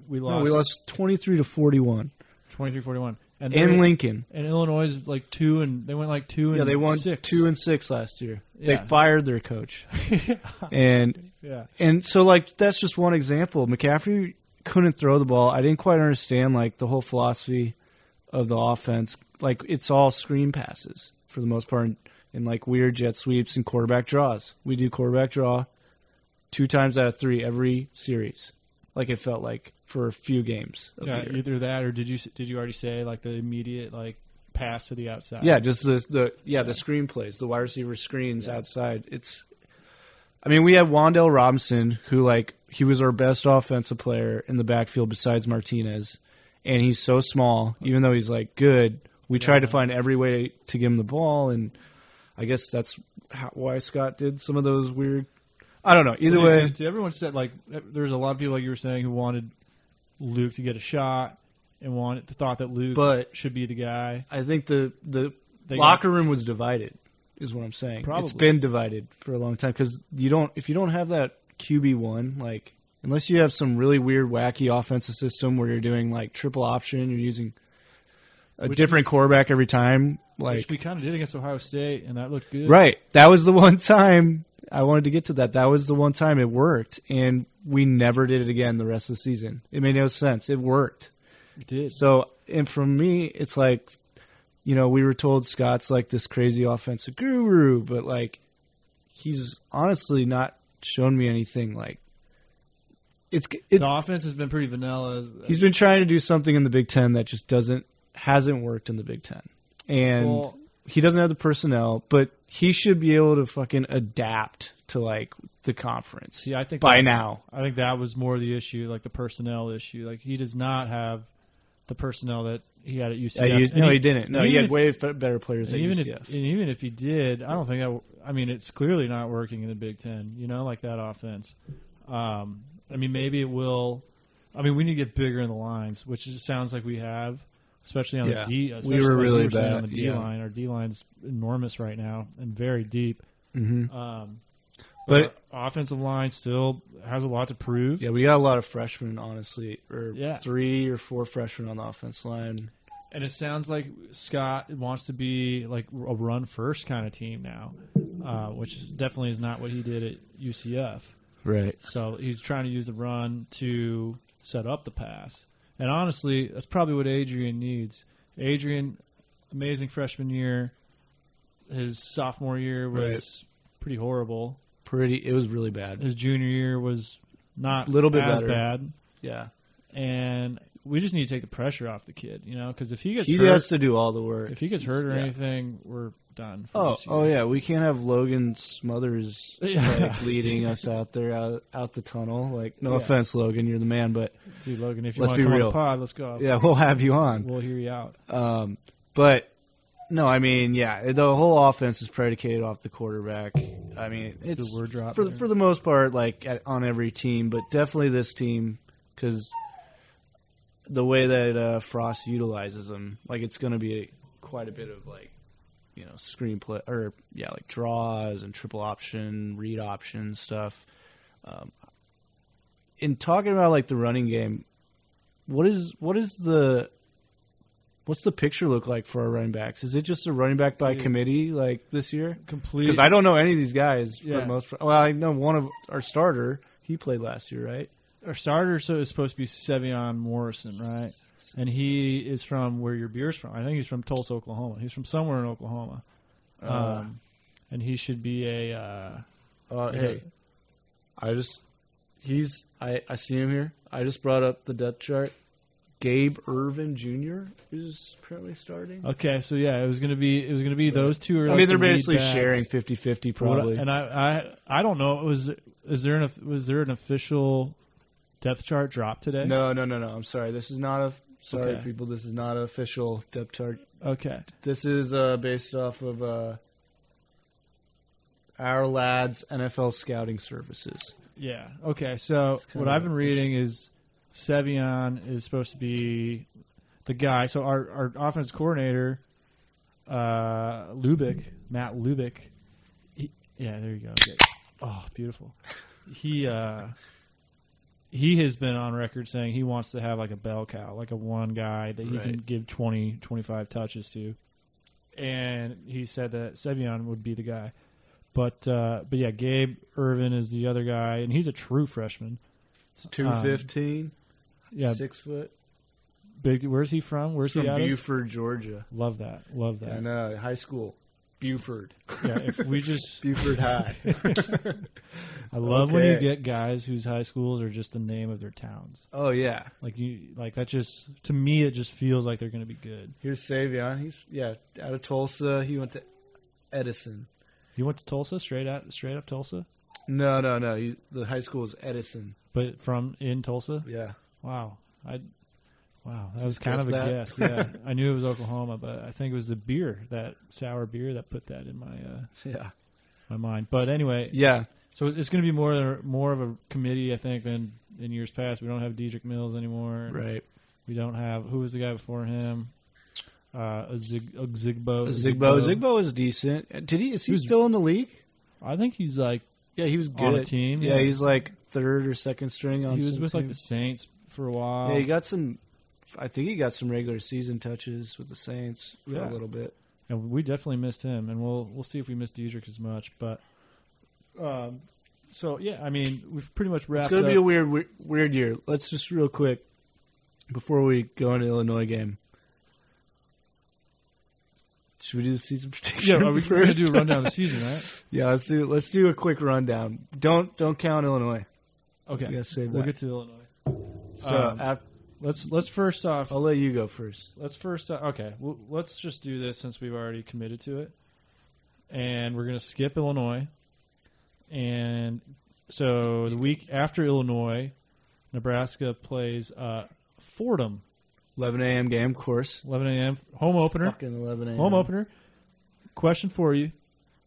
we
No,
lost.
we lost twenty three to forty one
23-41. and
in
they-
Lincoln.
And Illinois is like two and they went like two and
Yeah, they won
six.
two and six last year.
Yeah.
They fired their coach, and
yeah.
and so like that's just one example. McCaffrey couldn't throw the ball. I didn't quite understand like the whole philosophy of the offense. Like it's all screen passes for the most part, and, and like weird jet sweeps and quarterback draws. We do quarterback draw two times out of three every series. Like it felt like for a few games. Of
Yeah,
the year.
either that or did you did you already say like the immediate like pass to the outside?
Yeah, just the the yeah the screen plays, the wide receiver screens outside. It's, I mean, we had Wandell Robinson, who like he was our best offensive player in the backfield besides Martinez, and he's so small. Even though he's like good, we tried to find every way to give him the ball, and I guess that's how, why Scott did some of those weird. I don't know. Either
Did you say-
way,
did everyone said like there's a lot of people like you were saying who wanted Luke to get a shot and wanted thought that Luke
But-
should be the guy.
I think the the
They got-
locker room was divided, is what I'm saying.
Probably.
It's been divided for a long time because you don't if you don't have that QB one like unless you have some really weird wacky offensive system where you're doing like triple option, you're using a different quarterback every time.
Which
Like
we kind of did against Ohio State, and that looked good.
right, that was the one time I wanted to get to that. That was the one time it worked, and we never did it again the rest of the season. It made no sense. It worked.
It did.
So, and for me, it's like, you know, we were told Scott's like this crazy offensive guru, but like, he's honestly not shown me anything. Like, it's it,
The offense has been pretty vanilla. as-
he's been trying to do something in the Big Ten that just doesn't hasn't worked in the Big Ten, and
Well-
he doesn't have the personnel, but he should be able to fucking adapt to like the conference.
See, I think
by
that's-
now.
I think that was more the issue, like the personnel issue. Like he does not have the personnel that he had at UCF.
Yeah, you-
And
no, he didn't. No,
and
he
even
had
if-
way f- better players at
and even
UCF.
if and even if he did, I don't think that. w- I mean, it's clearly not working in the Big Ten. You know, like that offense. Um, I mean, maybe it will. I mean, we need to get bigger in the lines, which it sounds like we have, especially on
Yeah.
the D.
We
Especially
were
like you
really
saying
bad,
on the D
yeah.
line. Our D line's enormous right now and very deep.
Mhm.
Um,
But-
our offensive line still has a lot to prove.
Yeah, we got a lot of freshmen, honestly, or
Yeah.
three or four freshmen on the offense line.
And it sounds like Scott wants to be like a run first kind of team now, uh, which definitely is not what he did at UCF.
Right.
So he's trying to use the run to set up the pass. And honestly, that's probably what Adrian needs. Adrian, amazing freshman year. His sophomore year was pretty horrible.
Pretty. It was really bad.
His junior year was not
Little bit
as
better.
bad.
Yeah.
And we just need to take the pressure off the kid, you know, because if he gets
He
hurt,
has to do all the work.
if he gets hurt or
Yeah.
anything, we're done. For
Oh,
this year.
oh yeah. We can't have Logan Smothers
Yeah.
like, leading us out there out, out the tunnel. Like, no
Yeah.
offense, Logan, you're the man, but
dude, Logan, if you
Let's
want
be
to come on
real.
the pod, let's go.
yeah, we'll have you on.
we'll hear you out.
Um, but no, I mean, yeah, the whole offense is predicated off the quarterback. I mean,
a
it's
good word drop
for
there.
for the most part, like at, on every team, but definitely this team because the way that uh, Frost utilizes them, like it's going to be quite a bit of like you know screenplay or yeah, like draws and triple option, read option stuff. Um, in talking about like the running game, what is what is the what's the picture look like for our running backs? Is it just a running back by
Dude.
committee like this year?
Complete.
Because I don't know any of these guys for
Yeah.
the most. Well, I know one of our starter. He played last year, right?
our starter so is supposed to be Sevion Morrison, right? And he is from where your beer's from. I think he's from Tulsa, Oklahoma. He's from somewhere in Oklahoma.
Oh.
Um, and he should be a uh,
Uh,
hey,
I just he's I I see him here. I just brought up the depth chart. Gabe Irvin Jr. is currently starting.
okay. So yeah, it was gonna be it was gonna be those two. Are
I
like
mean,
the
they're
lead
basically
backs.
sharing 50-50
What-
probably.
And I, I I don't know. Was is there an was there an official depth chart drop today?
no, no, no, no. I'm sorry. This is not a sorry
Okay.
people. This is not an official depth chart
Okay.
This is uh, based off of uh, our lads NFL scouting services.
Yeah. Okay. So
kinda
what I've been
what-
reading is Sevion is supposed to be the guy. So our our offense coordinator, uh, Lubick, Matt Lubick. He, yeah, there you go. Okay. Oh, beautiful. He uh, he has been on record saying he wants to have like a bell cow, like a one guy that he can
Right.
give 20, 25 touches to. And he said that Sevion would be the guy. But uh, but yeah, Gabe Irvin is the other guy, and he's a true freshman.
Two fifteen,
Yeah,
six foot
big. Where's he from? Where's
Um, from
he out of?
Buford, Georgia.
Love that. Love
I
that.
know high school, Buford,
Yeah, if we just,
Buford High.
I love when you
Okay.
get guys whose high schools are just the name of their towns.
oh yeah,
Like you, like that. Just to me, it just feels like they're going to be good.
here's Savion. He's yeah out of Tulsa. He went to Edison.
He went to Tulsa, straight out, straight up Tulsa,
No, no, no. He, the high school is Edison.
but from in Tulsa.
Yeah,
Wow, I, wow, that was kind
guess
of a
that.
guess. Yeah, I knew it was Oklahoma, but I think it was the beer, that sour beer, that put that in my uh,
yeah,
my mind. But anyway,
yeah.
So it's, it's going to be more more of a committee, I think, than in years past. We don't have Dedrick Mills anymore.
Right.
We don't have who was the guy before him? Uh, a Zig, a Zigbo.
Zigbo. Zigbo is decent. Did he? Is he
Who's-
still in the league?
I think he's like
Yeah, he was good
On a team,
Yeah,
yeah.
he's like third or second string on.
he was
some
with like
team. Um,
the Saints for a while.
Yeah, he got some I think he got some regular season touches with the Saints for
Yeah.
a little bit.
And we definitely missed him, and we'll we'll see if we missed Diedrich as much. But, um, so yeah, I mean, we've pretty much
It's
wrapped.
going to
up.
be a weird, weird, weird year. Let's just real quick before we go into Illinois game. Should we do the season prediction?
yeah, are we going to
first?
do a rundown of the season, right?
yeah, let's do let's do a quick rundown. Don't don't count Illinois.
Okay,
Yeah, save
we'll
that.
get to Illinois.
So
Um,
ap-
Let's let's first off.
I'll let you go first.
Let's first uh, okay. Well, let's just do this since we've already committed to it, and we're gonna skip Illinois, and so the week after Illinois, Nebraska plays uh, Fordham,
11 a.m. game, of course.
11 a.m. home opener.
Fucking 11 a.m.
Home opener. Question for you: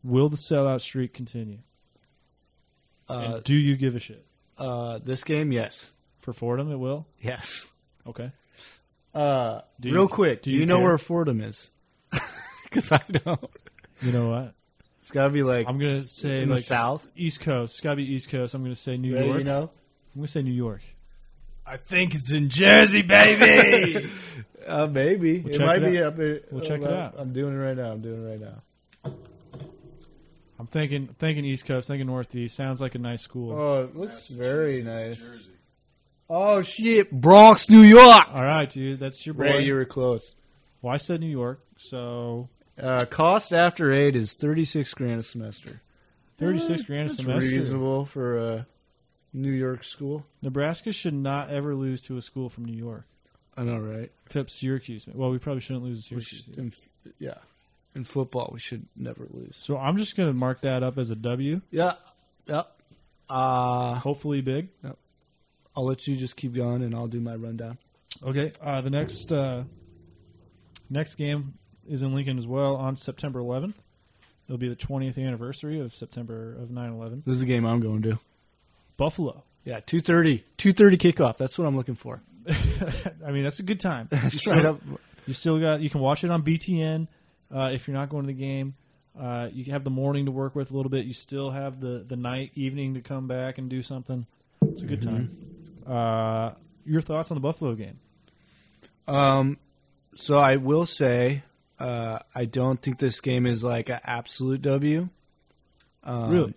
Will the sellout streak continue?
Uh,
and do you give a shit
uh, this game, yes,
for Fordham? It will.
yes.
Okay.
Uh,
Do you-
real quick,
do
do
you
you, know
care?
where Fordham is? Because I don't.
You know what?
It's got to be like
I'm gonna say
In the
like
South?
East Coast. It's gotta be East Coast. I'm gonna say New
Ray,
York.
you know.
I'm gonna say New York.
I think it's in Jersey, baby.
Uh, maybe it
check
might
it
be
out.
up. in-
We'll check it
uh,
out.
I'm doing it right now. I'm doing it right now.
I'm thinking thinking East Coast, thinking Northeast. Sounds like a nice school.
Oh, it looks very nice.
Jersey.
Oh shit, Bronx, New York.
All right, dude. That's your Oh, boy.
Ray, you were close.
Well, I said New York, so
Uh, cost after aid is thirty six grand a semester.
36 grand a
Uh, That's
semester.
reasonable for a New York school.
Nebraska should not ever lose to a school from New York.
I know, right?
Except Syracuse. Well, we probably shouldn't lose to
We
Syracuse.
should,
either.
in, yeah, in football, we should never lose.
So I'm just gonna mark that up as a W.
Yeah, yeah. Uh,
Hopefully big.
I'll let you just keep going, and I'll do my rundown.
Okay. Uh, the next uh, next game is in Lincoln as well on September 11th. It'll be the 20th anniversary of September of 9/11.
This is a game I'm going to.
Buffalo.
Yeah, 2.30. 2.30 kickoff. That's what I'm looking for.
I mean, that's a good time.
That's right up.
You still got you can watch it on BTN uh, if you're not going to the game. Uh, you have the morning to work with a little bit. You still have the the night evening to come back and do something. It's a good time. Uh, your thoughts on the Buffalo game?
Um, so I will say uh, I don't think this game is like an absolute W. Um,
really?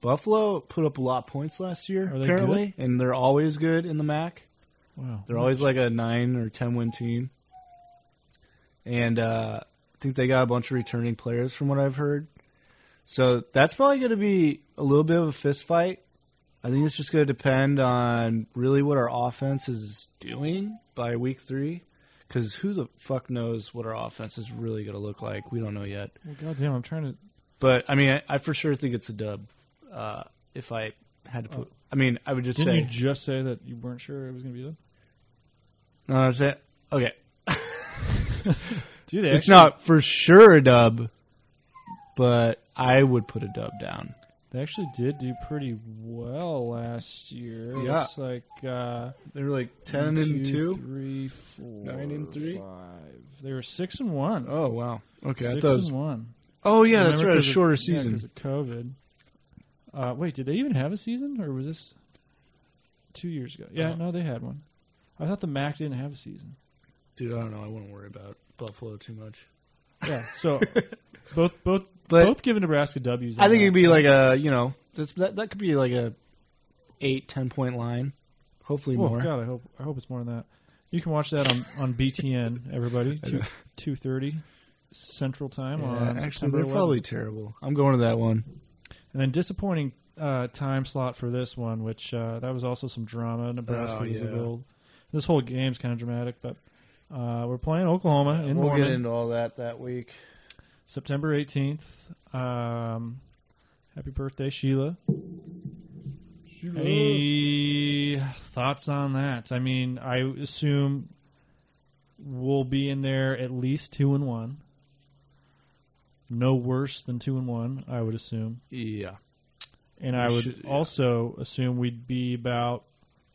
Buffalo put up a lot of points last year,
Are they
apparently, and they're always good in the MAC.
Wow.
They're always like a nine or ten win team, and uh, I think they got a bunch of returning players from what I've heard. So that's probably going to be a little bit of a fist fight. I think it's just going to depend on really what our offense is doing by week three, because who the fuck knows what our offense is really going to look like? We don't know yet.
Well, goddamn, I'm trying to.
But I mean, I, I for sure think it's a dub. Uh, if I had to put, I mean, I would just
Didn't
say
you just say that you weren't sure it was going to be them?
no. I'm saying okay.
Dude, they
It's
actually-
not for sure a dub, but I would put a dub down.
They actually did do pretty well last year.
Yeah.
Looks like uh,
They were like ten and two.
three, four,
Nine and three?
five. They were six and one.
Oh wow. Okay,
Six
I thought. It was,
and one.
oh yeah, that's
Remember
right. A
'cause of-
shorter
yeah,
season.
'cause of COVID. Uh, wait, did they even have a season, or was this two years ago? Yeah,
Uh-huh.
no, they had one. I thought the MAC didn't have a season.
Dude, I don't know. I wouldn't worry about Buffalo too much.
Yeah, so both both
But-
both giving Nebraska W's.
I
on
think
that.
it'd be like a you know that's, that that could be like a eight ten point line, hopefully
Oh
more.
God, I hope I hope it's more than that. You can watch that on on BTN, everybody, two two thirty Central Time
Yeah,
on
actually,
September
they're
11th.
probably terrible. I'm going to that one.
And then disappointing uh, time slot for this one, which uh, that was also some drama. Nebraska
Oh,
was
yeah.
a little. This whole game's kind of dramatic, but uh, we're playing Oklahoma in Norman,
all that that week.
September eighteenth. Um, happy birthday, Sheila. Any thoughts on that? I mean, I assume we'll be in there at least two and one. No worse than two and one, I would assume.
Yeah.
And I would
should- yeah.
also assume we'd be about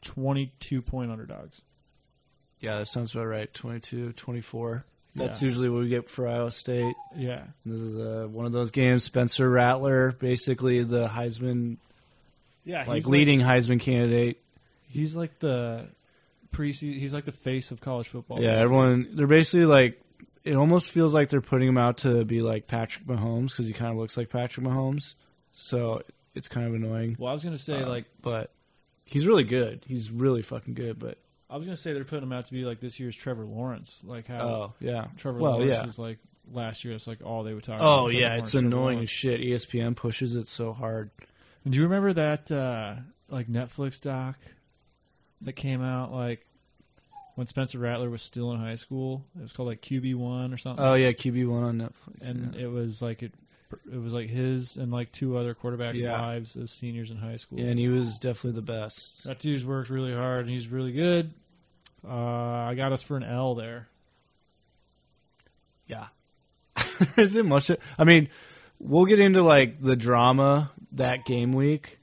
22 point underdogs.
Yeah, that sounds about right. 22, 24. That's
Yeah.
usually what we get for Iowa State.
Yeah.
This is uh, one of those games. Spencer Rattler, basically the Heisman,
Yeah.
like leading Heisman candidate.
he's like the preseason. He's like the face of college football.
Yeah, everyone. They're basically like. It almost feels like they're putting him out to be like Patrick Mahomes because he kind of looks like Patrick Mahomes. So it's kind of annoying.
Well, I was gonna say
Uh,
like
but he's really good. He's really fucking good. But
I was gonna say they're putting him out to be like this year's Trevor Lawrence, like how
oh yeah,
Trevor
well,
Lawrence
yeah.
was like last year. It's like all they would talk. about.
Oh
was Trevor
yeah,
Lawrence,
it's
Trevor
annoying as
Lawrence.
shit. E ESPN pushes it so hard.
Do you remember that uh, like Netflix doc that came out like when Spencer Rattler was still in high school? It was called like QB One or something.
Oh yeah, QB one on Netflix.
and
yeah.
it was like it. It was like his and like two other quarterbacks'
Yeah.
lives as seniors in high school.
Yeah, and he was definitely the best.
That dude's worked really hard and he's really good. Uh, I got us for an L there.
Yeah, there isn't much. I mean, we'll get into like the drama that game week.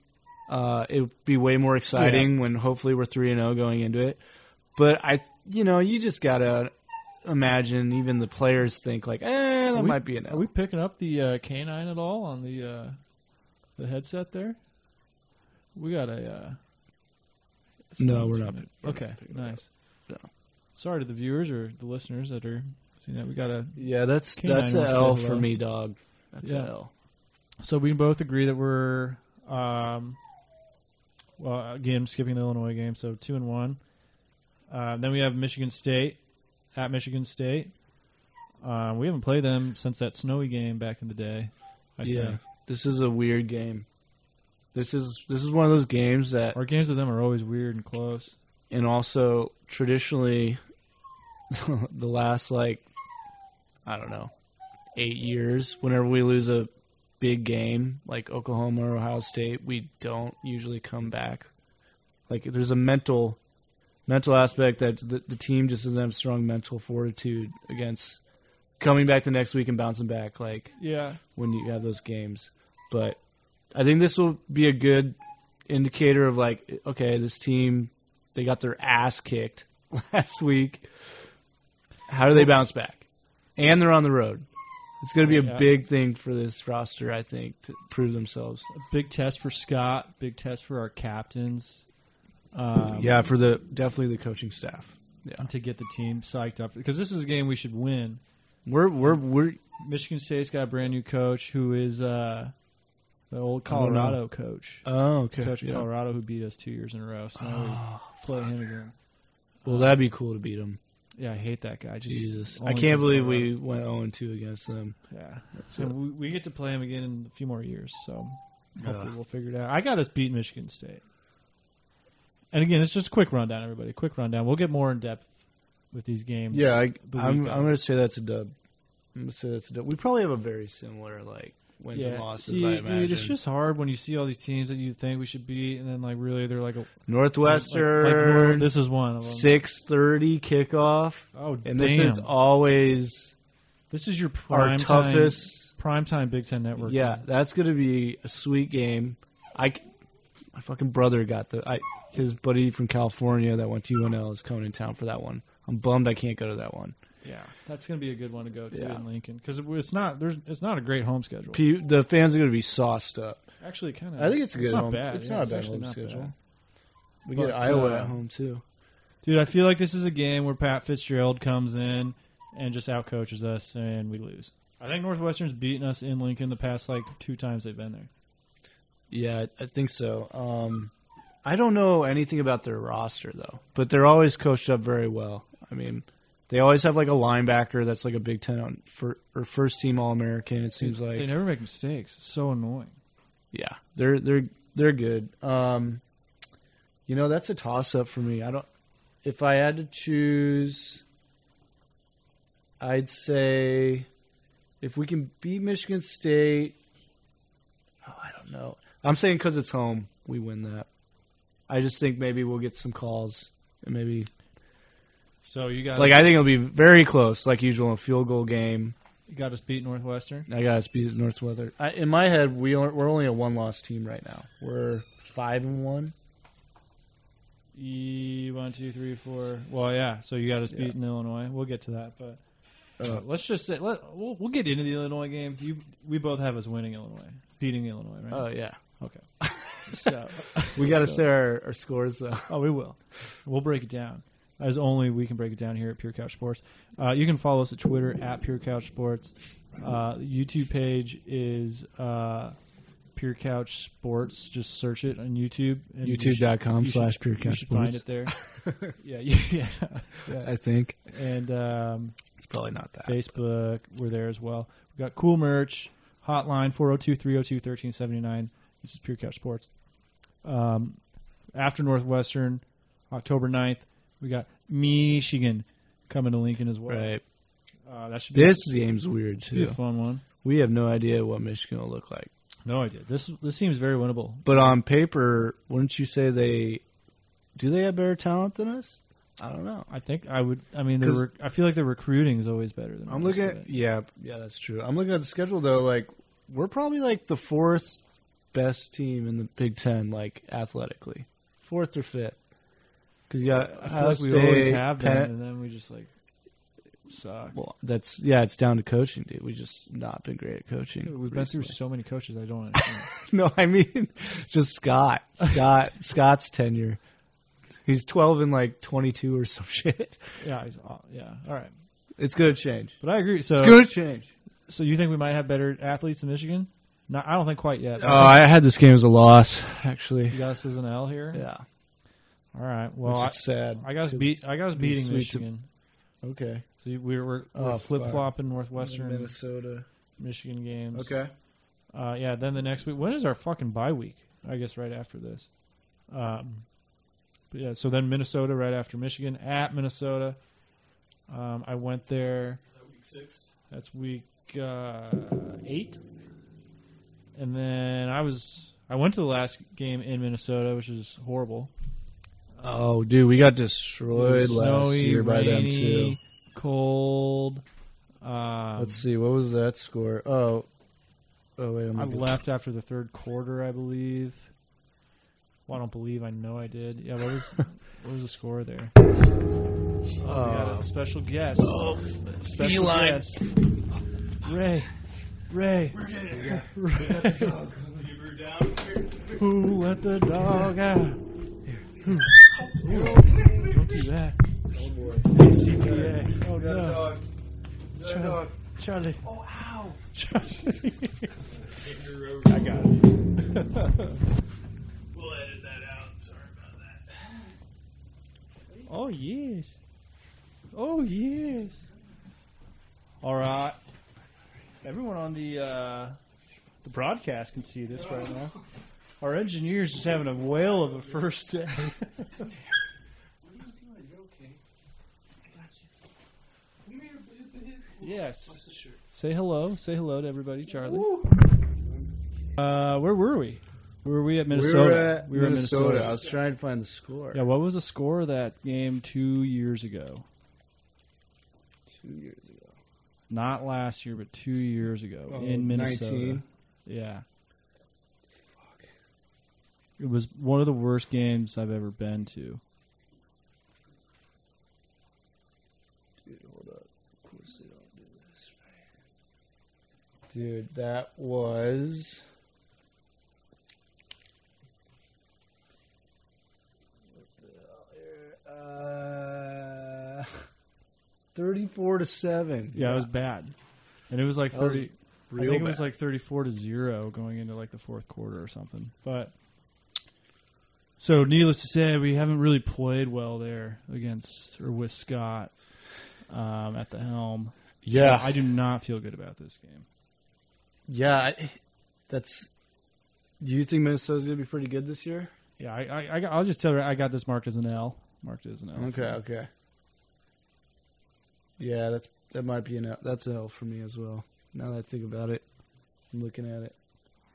Uh, it would be way more exciting when hopefully we're three and zero going into it. But I, you know, you just gotta imagine even the players think like, eh, that
we-
might be an
Are we picking up the uh, canine at all on the uh, the headset there? We got a. Uh,
No, we're
someone's-
not. we're not
okay,
picking it up.
nice.
No.
Sorry to the viewers or the listeners that are seeing that. We got a.
Yeah, that's
Canine
that's an
wants to
L
say
for
hello.
me, dog. That's
Yeah.
an L.
So we can both agree that we're. Um, well, again, skipping the Illinois game, so two and one. Uh, then we have Michigan State at Michigan State. Uh, we haven't played them since that snowy game back in the day. I
yeah,
think.
this is a weird game. This is this is one of those games that,
Our games with them are always weird and close.
and also traditionally, the last like, I don't know, eight years. Whenever we lose a big game like Oklahoma or Ohio State, we don't usually come back. Like, there's a mental mental aspect that the, the team just doesn't have strong mental fortitude against coming back the next week and bouncing back. Like,
Yeah.
when you have those games. But I think this will be a good indicator of like, okay, this team they got their ass kicked last week. How do they bounce back? And they're on the road. It's going to be a
Yeah.
big thing for this roster, I think, to prove themselves.
Big test for Scott. Big test for our captains. Um,
yeah, for the definitely the coaching staff. Yeah,
To get the team psyched up because this is a game we should win.
we're we're we're
Michigan State's got a brand new coach who is uh, the old
don't know.
Colorado coach,
oh okay.
coach of
yeah. Ah.
Colorado who beat us two years in a row. So now we play him again.
Well, that'd be cool to beat them.
Yeah, I hate that guy. Just
Jesus,
only
I can't
'cause
believe
Colorado.
we went zero two against them.
Yeah, so we, we get to play him again in a few more years. So hopefully
Ugh.
we'll figure it out. I got us beat Michigan State. And again, it's just a quick rundown, everybody. Quick rundown. We'll get more in depth with these games.
Yeah, I,
the
I'm. I'm
weekend.
gonna say that's a dub. I'm gonna say that's a dub. We probably have a very similar like wins and losses.
See,
I
dude,
imagine.
it's just hard when you see all these teams that you think we should beat, and then like really they're like, a,
Northwestern
like, like, Northern- this is one of them.
six thirty kickoff,
Oh damn!
and this is always
This is your
our
prime
toughest.
prime time Big Ten Network.
Yeah,
game.
that's gonna be a sweet game. I, c- my fucking brother got the. I his buddy from California that went to UNL is coming in town for that one. I'm bummed I can't go to that one.
yeah, that's gonna be a good one to go to
Yeah.
in Lincoln because it's not there's it's not a great home schedule.
P, the fans are gonna be sauced up.
Actually, kind of.
I think it's a good
not
home.
Bad.
It's
yeah,
not a
it's
bad
actually
home
not
schedule.
bad.
We
But,
get Iowa
uh,
at home too.
Dude, I feel like this is a game where Pat Fitzgerald comes in and just outcoaches us, and we lose. I think Northwestern's beaten us in Lincoln the past like two times they've been there.
Yeah, I I think so. Um, I don't know anything about their roster though, but they're always coached up very well. I mean, they always have like a linebacker that's like a Big Ten on fir- or first team All American. It seems
They
like
never make mistakes. It's so annoying.
yeah, they're they're they're good. Um, you know, that's a toss up for me. I don't. If I had to choose, I'd say if we can beat Michigan State, oh, I don't know. I'm saying because it's home, we win that. I just think maybe we'll get some calls and maybe
So you got
like
us,
I think it'll be very close, like usual, a field goal game.
you got us beat Northwestern.
I got us beat Northwestern. I, in my head, we aren't, we're only a one loss team right now. We're five and one.
E one two three four. Well, yeah. So you got us
Yeah.
beating Illinois. We'll get to that, but
Uh,
uh, let's just say let we'll, we'll get into the Illinois game. Do you, we both have us winning Illinois, beating Illinois, right?
Oh yeah,
okay. so
we got to
so-
say our, our scores though.
Oh, we will. We'll break it down. as only we can break it down here at Pure Couch Sports. Uh, you can follow us at Twitter at Pure Couch Sports. Uh, YouTube page is uh, Pure Couch Sports. Just search it on YouTube. and you should- you
YouTube.com
should-
slash Pure Couch
You should find
Sports.
it there. yeah, you, yeah, yeah.
I think
And um,
it's probably not that.
Facebook, we're there as well. We've got cool merch. Hotline 402 302 1379. This is Pure Couch Sports. Um, after Northwestern, October 9th, we got Michigan coming to Lincoln as well.
Right.
Uh, that should be,
This game's weird
should be a
too.
fun one.
We have no idea what Michigan will look like.
No idea. This this seems very winnable.
But on paper, wouldn't you say they do they have better talent than us? I don't know.
I think I would. I mean, the
'Cause-
rec- I feel like the recruiting is always better than
I'm
ours,
looking
but-
at yeah, yeah, that's true. I'm looking at the schedule though. Like we're probably like the fourth best team in the Big Ten, like athletically, fourth or fifth. Because yeah,
I feel like we always have them, and then we just like suck.
Well, that's yeah. It's down to coaching, dude. We just not been great at coaching.
We've been through
recently.
so many coaches. I don't understand.
No, I mean just Scott. Scott. Scott's tenure. He's twelve and like twenty two or some shit.
yeah, he's, aw- yeah. All right,
It's gonna change.
but I agree. So,
It's gonna change.
so you think we might have better athletes than Michigan? No, I don't think quite yet.
Oh, I had this game as a loss, actually.
you got us as an L here.
Yeah.
All right.
Which
Well, I,
is sad.
I got us
because
beat. I got us
it'd be
beating
sweet to-
Michigan.
Okay.
so you- we were, we're,
Oh, fuck.
flip flopping Northwestern, and
Minnesota.
Michigan games. Uh, yeah. Then the next week. When is our fucking bye week? I guess right after this. Um, but yeah. So then Minnesota right after Michigan at Minnesota. Um, I went there.
Week six.
That's week uh, eight. And then I was I went to the last game in Minnesota, which is horrible.
Oh, dude, we got
It was
destroyed last
snowy,
year by them too.
rainy, Cold. Um,
Let's see, what was that score? Oh, oh wait, I'm
I
looking-
left after the third quarter, I believe. Well, I don't believe. I know I did. Yeah, what was what was the score there?
Oh.
we got a special guest. special
feline.
guest. Ray. Ray. Ray. Who let the dog out? Here. Who? Who? Don't do that. Hey, CPA. Oh no, Charlie. Charlie. Oh ow, Charlie. I got it.
We'll edit that out. Sorry about that.
oh yes. Oh yes. All right. Everyone on the uh, the broadcast can see this right now. Our engineer's just having a whale of a first day.
What are you doing? You're okay. I got you. Come here. boo, boo.
yes.
What's the shirt?
Say hello. Say hello to everybody, Charlie. Uh, where were we? Were we at
we
Minnesota?
were at
We were in
Minnesota. I was trying to find the score.
Yeah, what was the score of that game two years ago?
Two years ago.
Not last year, but two years ago
Oh,
in Minnesota. Yeah. It was one of the worst games I've ever been to.
Dude, hold up. Of course they don't do this. Dude, that was. What the hell here? Uh, thirty-four to seven.
Yeah, it was bad. And it was like
That was
30 I
real
think it was
bad.
like 34 to 0 going into like the fourth quarter or something. But so needless to say, we haven't really played well there against or with Scott um, at the helm. So
yeah,
I do not feel good about this game.
yeah. I- That's. Do you think Minnesota's gonna be pretty good this year?
Yeah, I, I, I got- I'll just tell her I got this marked as an L. Marked as an L.
Okay, okay. Yeah, that's that might be an L. That's an L for me as well. Now that I think about it, I'm looking at it.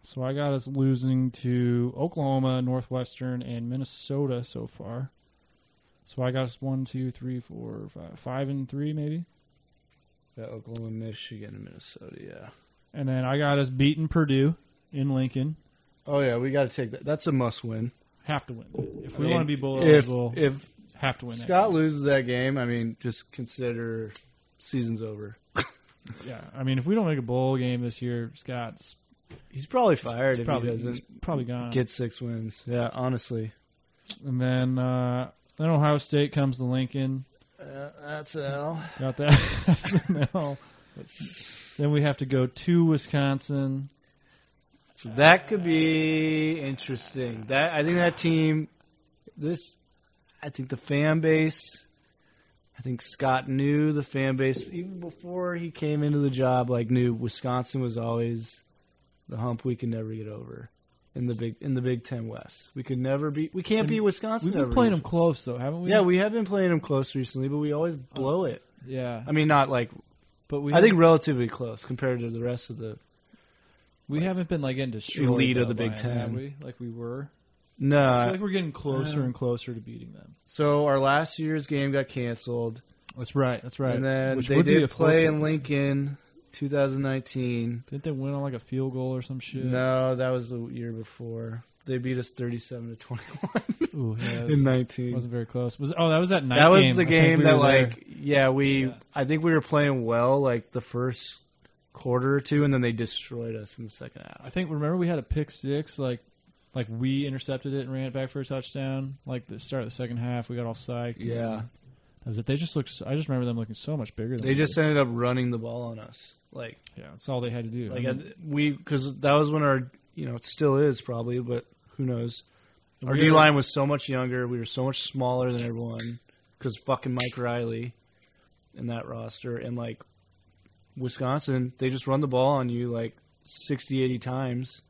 So I got us losing to Oklahoma, Northwestern, and Minnesota so far. So I got us one, two, three, four, five, five and three maybe.
That Oklahoma, Michigan, and Minnesota. Yeah.
And then I got us beating Purdue in Lincoln.
Oh yeah, we got to take that. That's a must win.
Have to win. If
I
we
mean,
want to be below
if
eligible,
if
have to win. that
Scott loses that game, I mean, just consider season's over.
game. yeah. I mean, if we don't make a bowl game this year, Scott's
He's probably fired if
probably
he doesn't
he's probably gone.
get six wins. Yeah, honestly.
and then uh, Then Ohio State comes to Lincoln.
Uh, that's L.
Got that. no. Then we have to go to Wisconsin.
So that could be interesting. That I think that team, this, I think the fan base, I think Scott knew the fan base even before he came into the job. Like knew Wisconsin was always the hump we could never get over in the big in the Big Ten West. We could never be. We can't be Wisconsin.
We've been
ever.
playing them close though, haven't we?
Yeah, we have been playing them close recently, but we always blow it.
yeah.
I mean, not like
But we
I think relatively close compared to the rest of the.
we haven't been like getting destroyed.
Elite of
though,
the Big
by them, have
Ten. Uh,
we? Like we were.
No,
I feel like we're getting closer and closer to beating them.
So our last year's game got canceled,
That's right. That's right.
and then
Which
they
would be a
did play in
perfect-
Lincoln, 2019.
Didn't they win on like a field goal or some shit?
No, that was the year before. They beat us 37 to 21
Ooh, yeah, it
in
was,
19.
wasn't very close. Was oh that was that night
That was
game.
the
I think
game
we
that
were there.
like yeah we
Yeah.
I think we were playing well like the first quarter or two, and then they destroyed us in the second
I
half.
think remember we had a pick six like like we intercepted it and ran it back for a touchdown like the start of the second half we got all psyched
Yeah,
that was it they just looked so- I just remember them looking so much bigger than
they
we
just ended up running the ball on us like.
did. yeah that's all they had to do I
Like
mean,
I, we, because that was when our, you know, it still is probably, but who knows? Our
we
D
were-
line was so much younger. We were so much smaller than everyone because fucking Mike Riley in that roster and like Wisconsin, they just run the ball on you like 60, 80 times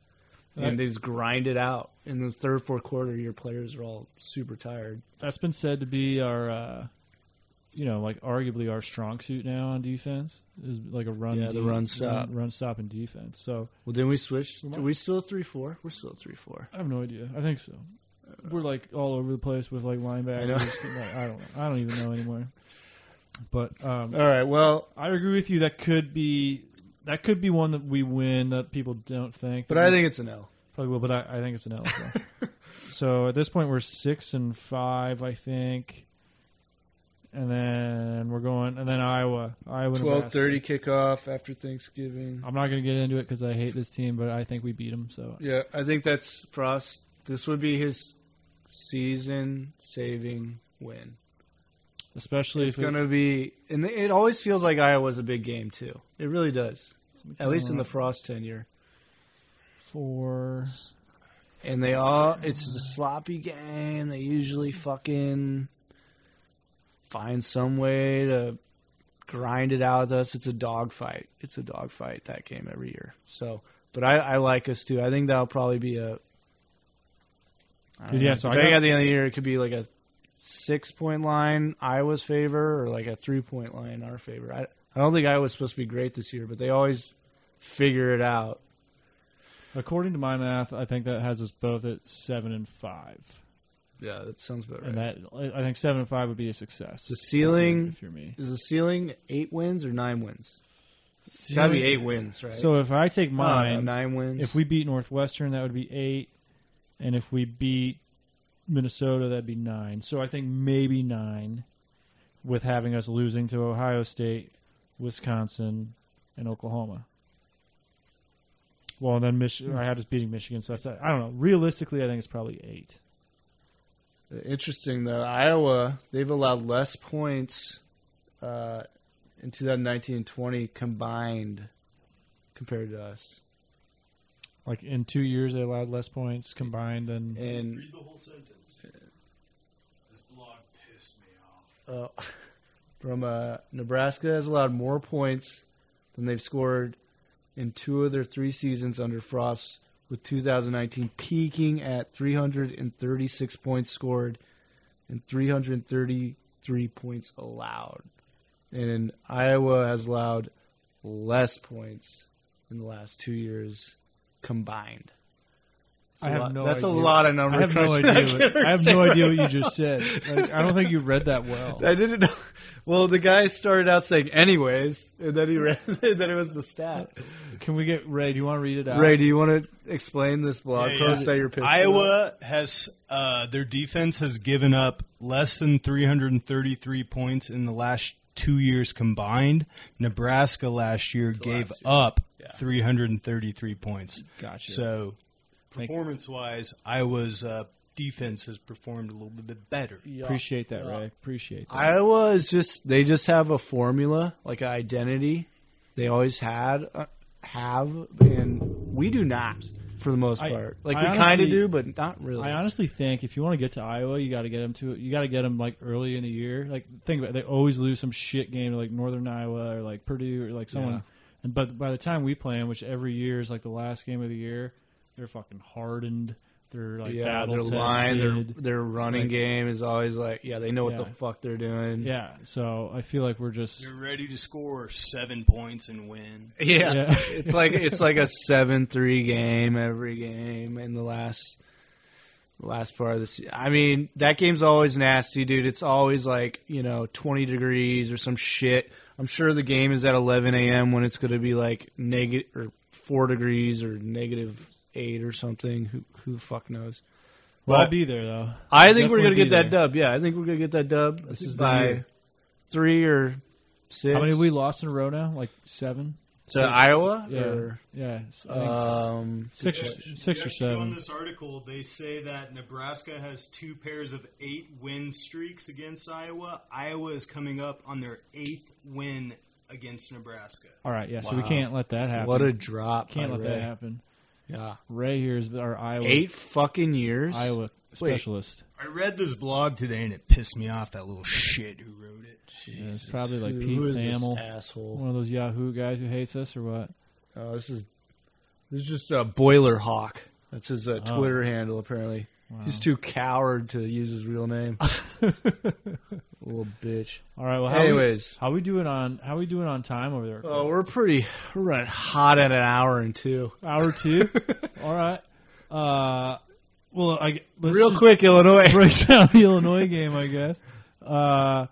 Right.
and they just grind it out. In the third, fourth quarter, your players are all super tired.
that's been said to be our uh you know like arguably our strong suit now on defense is like a run
Yeah, the
de-
run stop.
run, run stop and defense so
Well, then we switched.
We might-
Are we still three four? We're still three four.
I have no idea I think so we're like all over the place with like linebackers
I know.
like, I don't know I don't even know anymore but um
All right. Well,
I agree with you. That could be that could be one that we win that people don't think.
but I think it's an L.
probably will. But I, I think it's an L. as well. so at this point, we're six and five, I think. And then we're going, and then Iowa, Iowa,
Twelve thirty
Nebraska.
kickoff after Thanksgiving.
I'm not going to get into it because I hate this team, but I think we beat them. So
Yeah, I think that's Frost. This would be his season-saving win.
especially
It's
if we-
going to be, and it always feels like Iowa's a big game too. It really does, at least in the Frost tenure.
four.
And they all, it's a sloppy game. They usually fucking find some way to grind it out with us. It's a dogfight. It's a dogfight that game every year. So, but I, I like us too. I think that'll probably be a. I don't
Dude, yeah,
know.
so I
depending
got-
at the end of the year, it could be like a six point line Iowa's favor or like a three point line our favor. I, I don't think Iowa's supposed to be great this year, but they always figure it out.
According to my math, I think that has us both at seven and five,
Yeah, that sounds about right.
and that I I think seven and five would be a success.
The ceiling-
if you're me,
Is the ceiling eight wins or nine wins? It's gotta be eight wins, right?
So if I take mine,
nine, nine wins.
if we beat Northwestern, that would be eight, and if we beat Minnesota, that'd be nine. So I think maybe nine, with having us losing to Ohio State, Wisconsin, and Oklahoma. Well, and then Mich-
Hmm.
I had us beating Michigan, so that's I don't know. Realistically, I think it's probably eight.
Interesting though, Iowa they've allowed less points uh, in 2019 and 20 combined compared to us,
Like in two years, they allowed less points combined than
and
Read the whole sentence. This blog pissed me off.
uh, from uh, Nebraska has allowed more points than they've scored in two of their three seasons under Frost, with 2019 peaking at 336 points scored and 333 points allowed. And Iowa has allowed less points in the last two years combined.
I
a
have
lot-
no
That's
idea.
a lot of numbers.
I have no
Chris.
idea. What,
can't
I have no
understand.
idea what you just said. Like, I don't think you read that well.
I didn't know. Well, the guy started out saying "anyways," and then he read and then it was the stat.
Can we get Ray? Do you want to read it out?
Ray, do you want to explain this blog
Yeah,
post
yeah.
that you're pissed? about?
Iowa has uh, their defense has given up less than 333 points in the last two years combined. Nebraska last year gave
last year.
up
Yeah.
333 points.
Gotcha.
So performance wise, Iowa's uh, defense has performed a little bit better.
Appreciate that, Ray. Appreciate that.
Iowa is just they just have a formula, like an identity. They always had uh, have, and we do not for the most
I-
part. Like
I
we kind
honestly-
of do, but not really.
I honestly think if you want to get to Iowa, you got to get them to you got to get them like early in the year. Like think about it, they always lose some shit game to like Northern Iowa or like Purdue or like someone.
Yeah.
And but by the time we play them, which every year is like the last game of the year, they're fucking hardened. They're like
yeah,
battle
their
tested.
line, their their running
Like-
game is always like, yeah, they know what
Yeah.
the fuck they're doing.
yeah, so I feel like we're just
They're ready to score seven points and win.
Yeah.
Yeah.
it's like it's like a seven three game every game in the last last part of the se- I mean, that game's always nasty, dude. It's always like, you know, twenty degrees or some shit. I'm sure the game is at eleven AM when it's gonna be like negative or four degrees or negative eight or something. Who who the fuck knows?
we'll all
But-
be there though.
I think we're gonna
Definitely
get that
be
dub. Yeah, I think we're gonna get that dub. This
is the
by
year.
three or six.
How many have we lost in a row now? Like seven.
to Iowa?
Yeah,
Or,
yeah. s- I think
um,
six, or, six or
Actually, On
seven.
this article, they say that Nebraska has two pairs of eight win streaks against Iowa. Iowa is coming up on their eighth win against Nebraska.
All right, yeah. So we
Wow.
can't let that happen.
What a drop!
can't
by
let
Ray.
that happen.
Yeah,
Ray here is our Iowa
eight fucking years.
Iowa
Wait.
specialist.
I read this blog today and it pissed me off. That little shit who wrote it.
Yeah, it's probably like Pete
Who is this
Thamel,
asshole?
one of those Yahoo guys who hates us or what?
Oh, this is this is just a boiler hawk. That's his uh,
Oh.
Twitter handle. Apparently, he's too coward to use his real name. Little bitch.
All right. Well, how
Anyways.
we, how we doing on how we doing on time over there?
Oh, we're pretty. We're running hot at an hour and two.
Hour two. All right. Uh, well, I let's
Real
just
quick, Illinois.
break down the Illinois game, I guess. Uh,